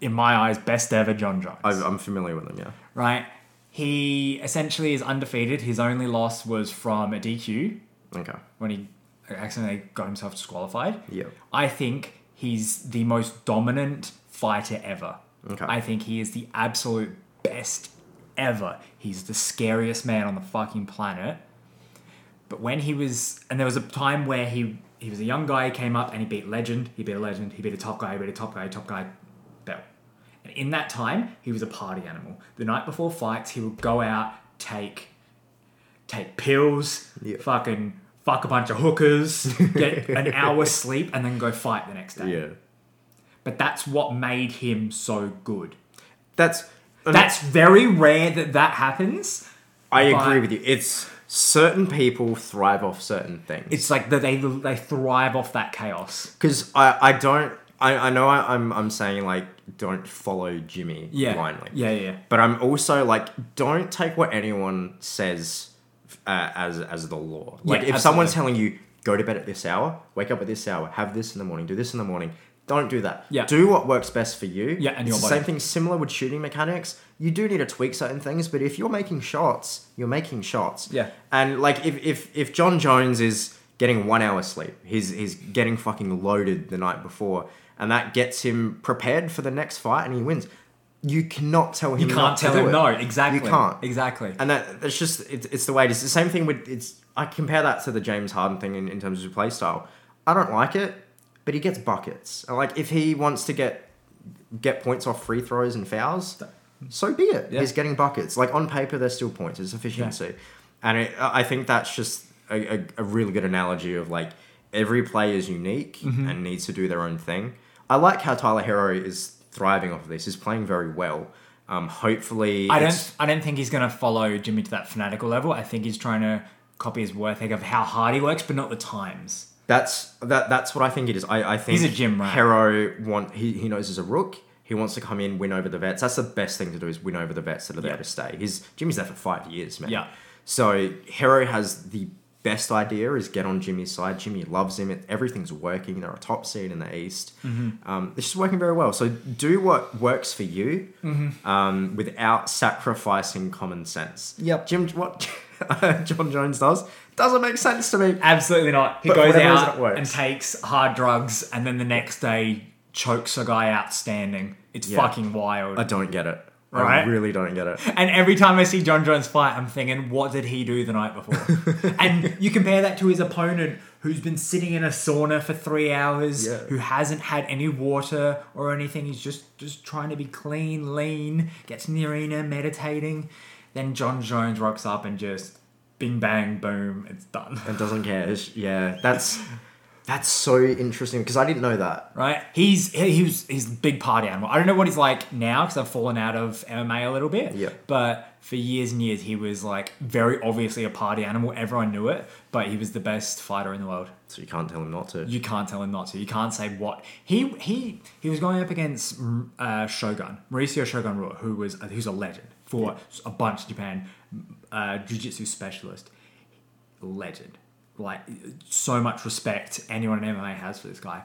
in my eyes, best ever John Jones.
I, I'm familiar with them. Yeah,
right? He essentially is undefeated. His only loss was from a DQ
okay,
when he accidentally got himself disqualified.
Yeah.
I think he's the most dominant fighter ever.
Okay.
I think he is the absolute best ever. He's the scariest man on the fucking planet. But when he was, and there was a time where he he was a young guy, he came up and he beat legend, he beat a legend, he beat a top guy, he beat a top guy, top guy, bell. And in that time, he was a party animal. The night before fights, he would go out, take take pills,
Yeah.
fucking fuck a bunch of hookers, get an hour's sleep, and then go fight the next day.
yeah.
But that's what made him so good.
That's
That's very rare that that happens.
I
But-
agree with you. It's certain people thrive off certain things.
It's like that they they thrive off that chaos.
Because I, I don't I, I know I, I'm I'm saying like don't follow Jimmy
Yeah.
blindly.
Yeah, yeah.
But I'm also like don't take what anyone says uh, as as the law. Like if
absolutely.
someone's telling you go to bed at this hour, wake up at this hour, have this in the morning, do this in the morning. Don't do that.
Yeah.
Do what works best for you.
Yeah, and
it's
your
the
body.
same thing. Similar with shooting mechanics, you do need to tweak certain things. But if you're making shots, you're making shots.
Yeah.
And like if if if John Jones is getting one hour sleep, he's he's getting fucking loaded the night before, and that gets him prepared for the next fight, and he wins. You cannot tell him. not
You can't
to
tell
do
him
it.
no. Exactly.
You can't.
Exactly.
And that that's just it's, it's the way it is. The same thing with it's. I compare that to the James Harden thing in, in terms of his play style. I don't like it, but he gets buckets. And like if he wants to get get points off free throws and fouls, so be it.
Yeah.
He's getting buckets. Like on paper, they're still points. It's efficiency, and it, I I think that's just a, a, a really good analogy of like every player is unique
Mm-hmm.
and needs to do their own thing. I like how Tyler Hero is thriving off of this. He's playing very well. Um, hopefully,
I
it's-
don't. I don't think he's going to follow Jimmy to that fanatical level. I think he's trying to copy his work ethic of how hard he works, but not the times.
That's that. That's what I think it is. I, I think
He's a gym rat.
Hero want he, he knows he's a rook. He wants to come in, win over the vets. That's the best thing to do is win over the vets that are there
Yeah.
to stay. He's Jimmy's there for five years, man.
Yeah.
So Hero has the best idea is get on Jimmy's side. Jimmy loves him. It- Everything's working. They're a top seed in the East.
Mm-hmm.
Um, it's just working very well. So do what works for you
Mm-hmm.
um, without sacrificing common sense.
Yep.
Jim, what John Jones does doesn't make sense to me.
Absolutely not. He
But
goes
whatever reason
out
it works.
and takes hard drugs, and then the next day chokes a guy out standing. It's
Yeah.
fucking wild.
I don't get it. I
Right?
really don't get it.
and every time I see John Jones fight, I'm thinking, what did he do the night before? and you compare that to his opponent who's been sitting in a sauna for three hours,
Yeah.
who hasn't had any water or anything. He's just, just trying to be clean, lean, gets in the arena, meditating. Then John Jones rocks up and just bing, bang, boom, it's done.
And doesn't care. It's- yeah, that's that's so interesting because I didn't know that.
right? He's he, he was he's a big party animal. I don't know what he's like now because I've fallen out of MMA a little bit.
Yeah.
But for years and years, he was like very obviously a party animal. Everyone knew it, but he was the best fighter in the world.
So you can't tell him not to.
You can't tell him not to. You can't say what he he he was going up against uh, Shogun Mauricio Shogun Rua, who was who's a legend for a bunch of Japan uh, jiu-jitsu specialist, legend. Like so much respect anyone in MMA has for this guy.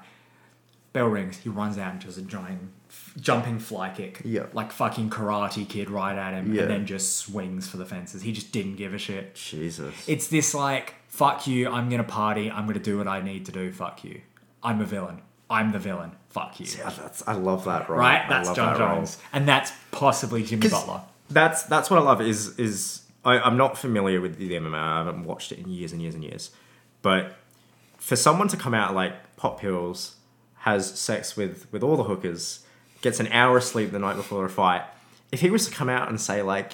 Bell rings. He runs out and does a giant f- jumping fly kick.
Yeah.
Like fucking karate kid right at him
Yeah.
and then just swings for the fences. He just didn't give a shit.
Jesus.
It's this like, fuck you, I'm gonna party, I'm gonna do what I need to do, fuck you. I'm a villain. I'm the villain. Fuck you.
Yeah, that's, I love that role.
Right?
I
That's
love
John
that role.
Jones. And that's possibly Jimmy
'Cause
Butler.
That's that's what I love is is I, I'm not familiar with the MMA. I haven't watched it in years and years and years. But for someone to come out like pop pills, has sex with with all the hookers, gets an hour of sleep the night before a fight. If he was to come out and say like,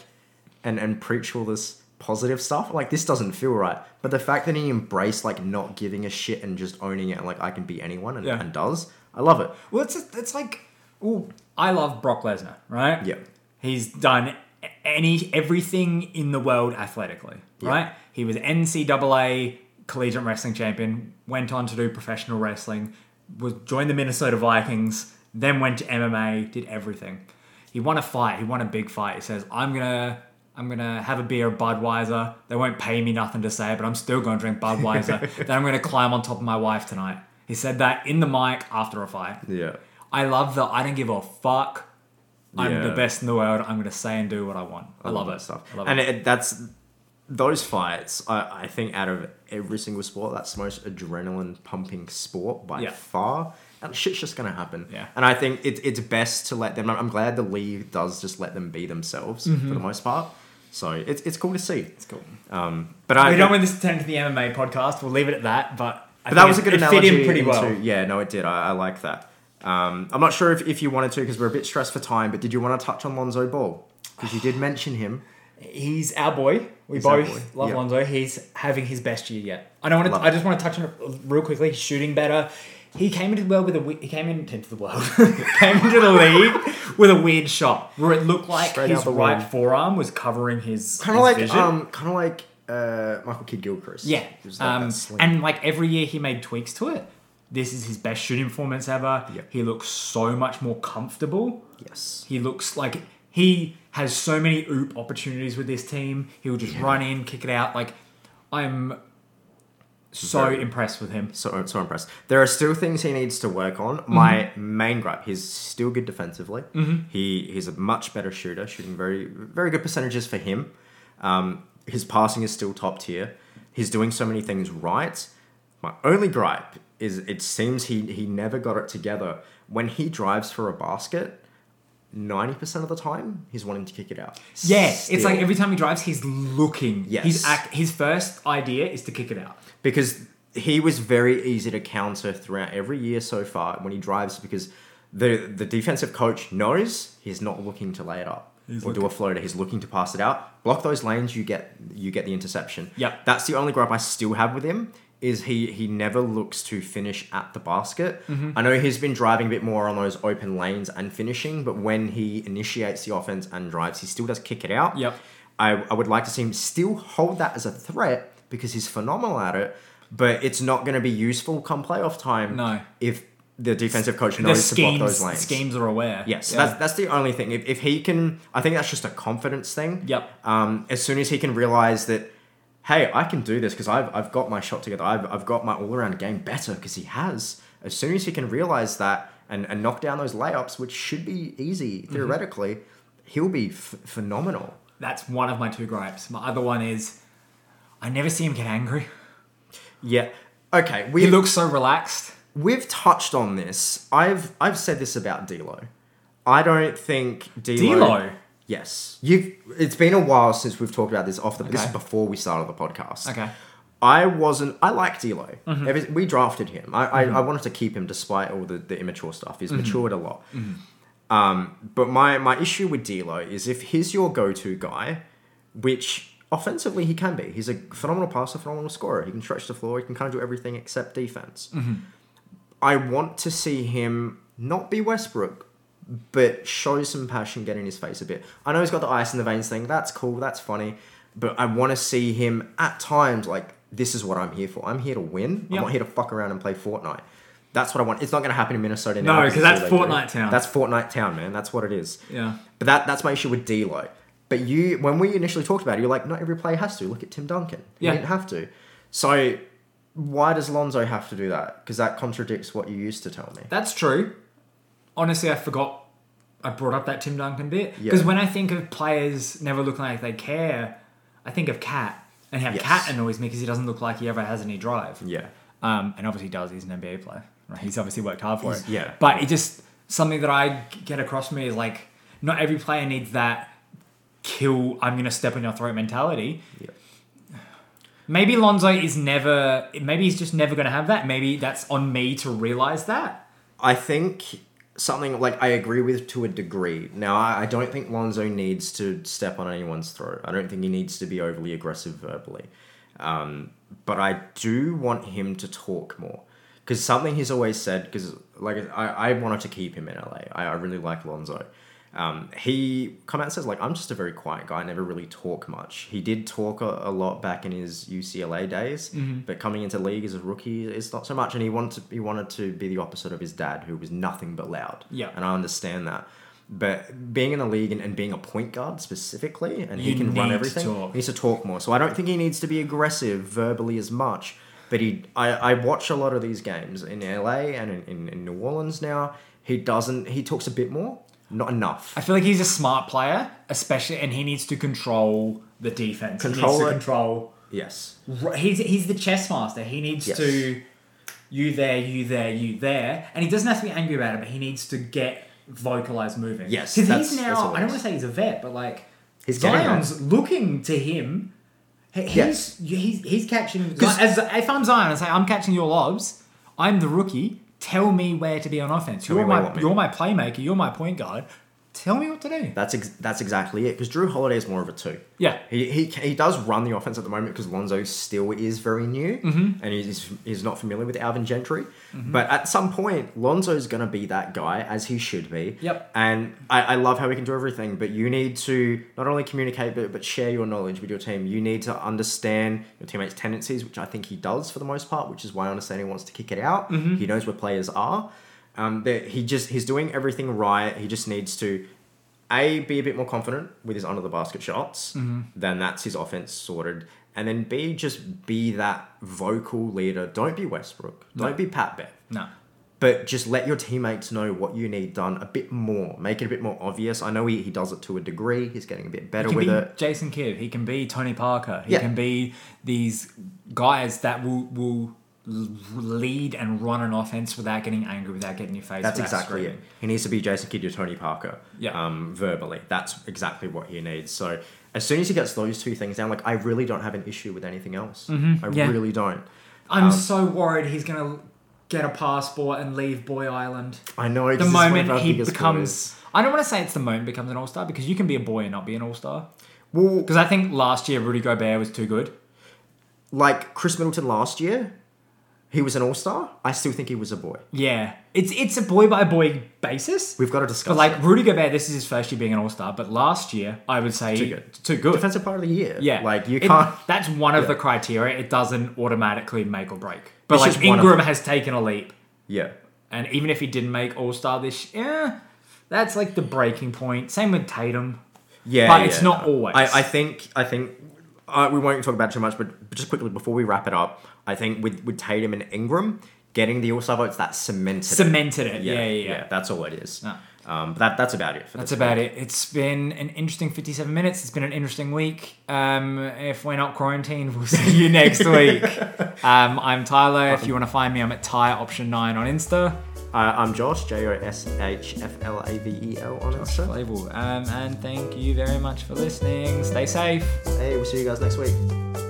and and preach all this positive stuff, like this doesn't feel right. But the fact that he embraced like not giving a shit and just owning it and like I can be anyone and,
Yeah.
and does, I love it.
Well, it's it's like, ooh, I love Brock Lesnar, right?
Yeah.
He's done any everything in the world athletically, right? He was NCAA collegiate wrestling champion, went on to do professional wrestling, was joined the Minnesota Vikings, then went to MMA, did everything. He won a fight. He won a big fight. He says, "I'm gonna." I'm gonna have a beer of Budweiser. They won't pay me nothing to say it, but I'm still gonna drink Budweiser. then I'm gonna climb on top of my wife tonight. He said that in the mic after a fight.
Yeah.
I love that I don't give a fuck. I'm
Yeah.
the best in the world. I'm going to say and do what I want. I, love,
that
it.
stuff.
I love
Mm. and
it.
it. that's those fights. I, I think out of every single sport, that's the most adrenaline pumping sport by
Yeah.
far. And shit's just gonna happen.
Yeah.
And I think it, it's best to let them. I'm glad the league does just let them be themselves
Mm-hmm.
for the most part. So it's it's cool to see.
It's cool.
Um, but I
we don't want this to turn into the MMA podcast. We'll leave it at that. But, I
but
think
that was a
it-
good
it
analogy.
Fit in pretty well.
into- Yeah, no, it did. I, I like that. Um, I'm not sure if, if you wanted to because we're a bit stressed for time. But did you want to touch on Lonzo Ball? Because you did mention him.
He's our boy. We
He's our
both
boy.
love
Yeah.
Lonzo. He's having his best year yet. I don't want to.
Love
I
it.
just want to touch on it real quickly. He's shooting better. He came into the world with a. we- He came in- into the world. came into the league with a weird shot where it looked like
Straight out
his
the
right
womb.
forearm was covering his.
kind of
his
like
vision.
um, kind of like uh, Michael Kidd Gilchrist.
Yeah.
It was like that
Um,
sling.
and like every year he made tweaks to it. This is his best shooting performance ever.
Yep.
He looks so much more comfortable.
yes,
He looks like he has so many oop opportunities with this team. He will just run in, kick it out. Like I'm so
Very-
impressed with him.
so so impressed. There are still things he needs to work on.
Mm-hmm.
My main gripe: he's still good defensively. He he's a much better shooter, shooting very very good percentages for him. Um, his passing is still top tier. He's doing so many things right. My only gripe is it seems he he never got it together when he drives for a basket. Ninety percent of the time, he's wanting to kick it out.
Yeah, it's like
Still.
every time he drives, he's looking.
Yes.
He's act, his first idea is to kick it out.
because he was very easy to counter throughout every year so far when he drives because the the defensive coach knows he's not looking to lay it up
He's
or do a floater. He's looking to pass it out. Block those lanes, you get you get the interception.
Yep.
That's the only gripe I still have with him is he he never looks to finish at the basket.
Mm-hmm.
I know he's been driving a bit more on those open lanes and finishing, but when he initiates the offense and drives, he still does kick it out.
Yep.
I, I would like to see him still hold that as a threat because he's phenomenal at it, but it's not going to be useful come playoff time.
No.
If the defensive coach
The
knows to block
schemes,
those lanes.
schemes are aware.
Yes,
Yeah.
that's that's the only thing. If, if he can, I think that's just a confidence thing.
Yep.
Um, as soon as he can realize that, hey, I can do this because I've I've got my shot together. I've I've got my all around game better because he has. As soon as he can realize that and and knock down those layups, which should be easy
Mm-hmm.
theoretically, he'll be f- phenomenal.
that's one of my two gripes. My other one is I never see him get angry.
Yeah. Okay. We
He looks so relaxed.
we've touched on this. I've I've said this about D'Lo. I don't think D'Lo.
D'Lo?
Yes, you've. It's been a while since we've talked about this off the. This is
Okay.
before we started the podcast.
Okay. Mm-hmm.
I wasn't. I like D'Lo. Every- we drafted him. I, I, I wanted to keep him despite all the, the immature stuff. He's
Mm-hmm.
matured a lot. Um, but my my issue with D'Lo is if he's your go to guy, which offensively he can be. He's a phenomenal passer, phenomenal scorer. He can stretch the floor. He can kind of do everything except defense.
Mm-hmm.
I want to see him not be Westbrook, but show some passion, get in his face a bit. I know he's got the ice in the veins thing. That's cool. That's funny. But I want to see him at times like, this is what I'm here for. I'm here to win.
Yeah.
I'm not here to fuck around and play Fortnite. That's what I want. It's not going to happen in Minnesota
No,
now
'cause
it's all
that's
they do.
Fortnite town.
That's Fortnite town, man. That's what it is.
Yeah.
But that that's my issue with D'Lo. But you, when we initially talked about it, you're like, not every player has to. Look at Tim Duncan. He
Yeah.
didn't have to. So why does Lonzo have to do that? Because that contradicts what you used to tell me.
That's true. Honestly, I forgot I brought up that Tim Duncan bit
Yeah.
because when I think of players never looking like they care, I think of Cat and how
Yes.
Cat annoys me because he doesn't look like he ever has any drive.
Yeah.
Um, and obviously he does. He's an NBA player. Right? He's obviously worked hard for
He's-
it.
yeah.
But it just something that I g- get across to me is like not every player needs that kill. I'm gonna step on your throat mentality.
Yeah.
Maybe Lonzo is never. Maybe he's just never gonna have that. Maybe that's on me to realize that.
I think something like I agree with to a degree. Now, I, I don't think Lonzo needs to step on anyone's throat. I don't think he needs to be overly aggressive verbally. Um, but I do want him to talk more. Because something he's always said, because like I, I wanted to keep him in LA. I, I really like Lonzo. Um, he come out and says like I'm just a very quiet guy. I never really talk much. He did talk a, a lot back in his UCLA days,
Mm-hmm.
but coming into league as a rookie, it's not so much. And he wanted to, he wanted to be the opposite of his dad, who was nothing but loud.
Yeah.
and I understand that. But being in the league and, and being a point guard specifically, and he
You
can
need
run
to
everything.
talk.
He needs to talk more. So I don't think he needs to be aggressive verbally as much. But he, I, I watch a lot of these games in LA and in, in, in New Orleans now. He doesn't. He talks a bit more, not enough.
I feel like he's a smart player, especially, and he needs to control the defense.
Control
he needs
it.
to control.
yes.
Ru- He's he's the chess master. He needs
Yes.
to you there, you there, you there, and he doesn't have to be angry about it, but he needs to get vocalized moving.
Yes,
because
that's-
he's
that's
now.
what
I
it
don't
is.
want to say he's a vet, but like
He's getting there.
Zion's looking to him. He- He's
Yes.
he's he's catching.
'Cause-
As if I'm Zion and say I'm catching your lobs, I'm the rookie. Tell me where to be on offense.
me
You're
where you
my
want me.
you're my playmaker. You're my point guard. Tell me what to do.
That's ex- that's exactly it. Because Drew Holiday is more of a two.
Yeah.
He, he, he does run the offense at the moment because Lonzo still is very new and he's, he's not familiar with Alvin Gentry. But at some point, Lonzo's going to be that guy as he should be.
Yep.
And I, I love how we can do everything, but you need to not only communicate but, but share your knowledge with your team. You need to understand your teammates' tendencies, which I think he does for the most part, which is why I understand he wants to kick it out. He knows where players are. Um, that he just he's doing everything right. He just needs to a, be a bit more confident with his under the basket shots, then that's his offense sorted. And then B, just be that vocal leader. Don't be Westbrook. Don't be Pat Bev.
No.
But just let your teammates know what you need done a bit more. Make it a bit more obvious. I know he, he does it to a degree. He's getting a bit better
He can
with
be
it.
Jason Kidd. He can be Tony Parker. He
Yeah.
can be these guys that will will l- lead and run an offense without getting angry, without getting your face.
That's
without
exactly it.
screaming.
He needs to be Jason Kidd or Tony Parker.
Yeah.
Um, verbally. That's exactly what he needs. So as soon as he gets those two things down, like I really don't have an issue with anything else. I
Mm-hmm. yeah.
really don't.
I'm
Um,
so worried he's gonna get a passport and leave Boy Island.
I know 'cause
The
this is one of our
moment he
biggest worries.
becomes, I don't want to say it's the moment he becomes an all star because you can be a boy and not be an all star.
well,
Because I think last year Rudy Gobert was too good.
like Chris Middleton last year, he was an all star. I still think he was a boy.
Yeah, it's it's a boy by boy basis.
We've got to discuss.
But like Rudy Gobert, this is his first year being an All Star. But last year, I would say
Too good.
Too good.
defensive part of the year.
Yeah,
like you
It-
can't.
that's one of the criteria. It doesn't automatically make or break. But
It's
like
just one of
Ingram has taken a leap,
Yeah,
and even if he didn't make All Star this year, that's like the breaking point. Same with Tatum.
yeah,
But it's
yeah.
not always.
I, I think. I think. Uh, we won't talk about it too much, but just quickly before we wrap it up, I think with with Tatum and Ingram getting the All Star votes, that cemented. it.
Cemented it. Yeah, yeah, yeah.
That's all it is.
No.
Um, but that that's about it. For
That's
this
about it. It's been an interesting 57 minutes. It's been an interesting week. Um, if we're not quarantined, we'll see you next week. Um, I'm Tyler. If you want to find me, I'm at Tyre Option 9 on Insta.
Uh, I'm Josh J O S H F L A V E L on Insta.
Label. Um, and thank you very much for listening. Stay safe.
Hey, we'll see you guys next week.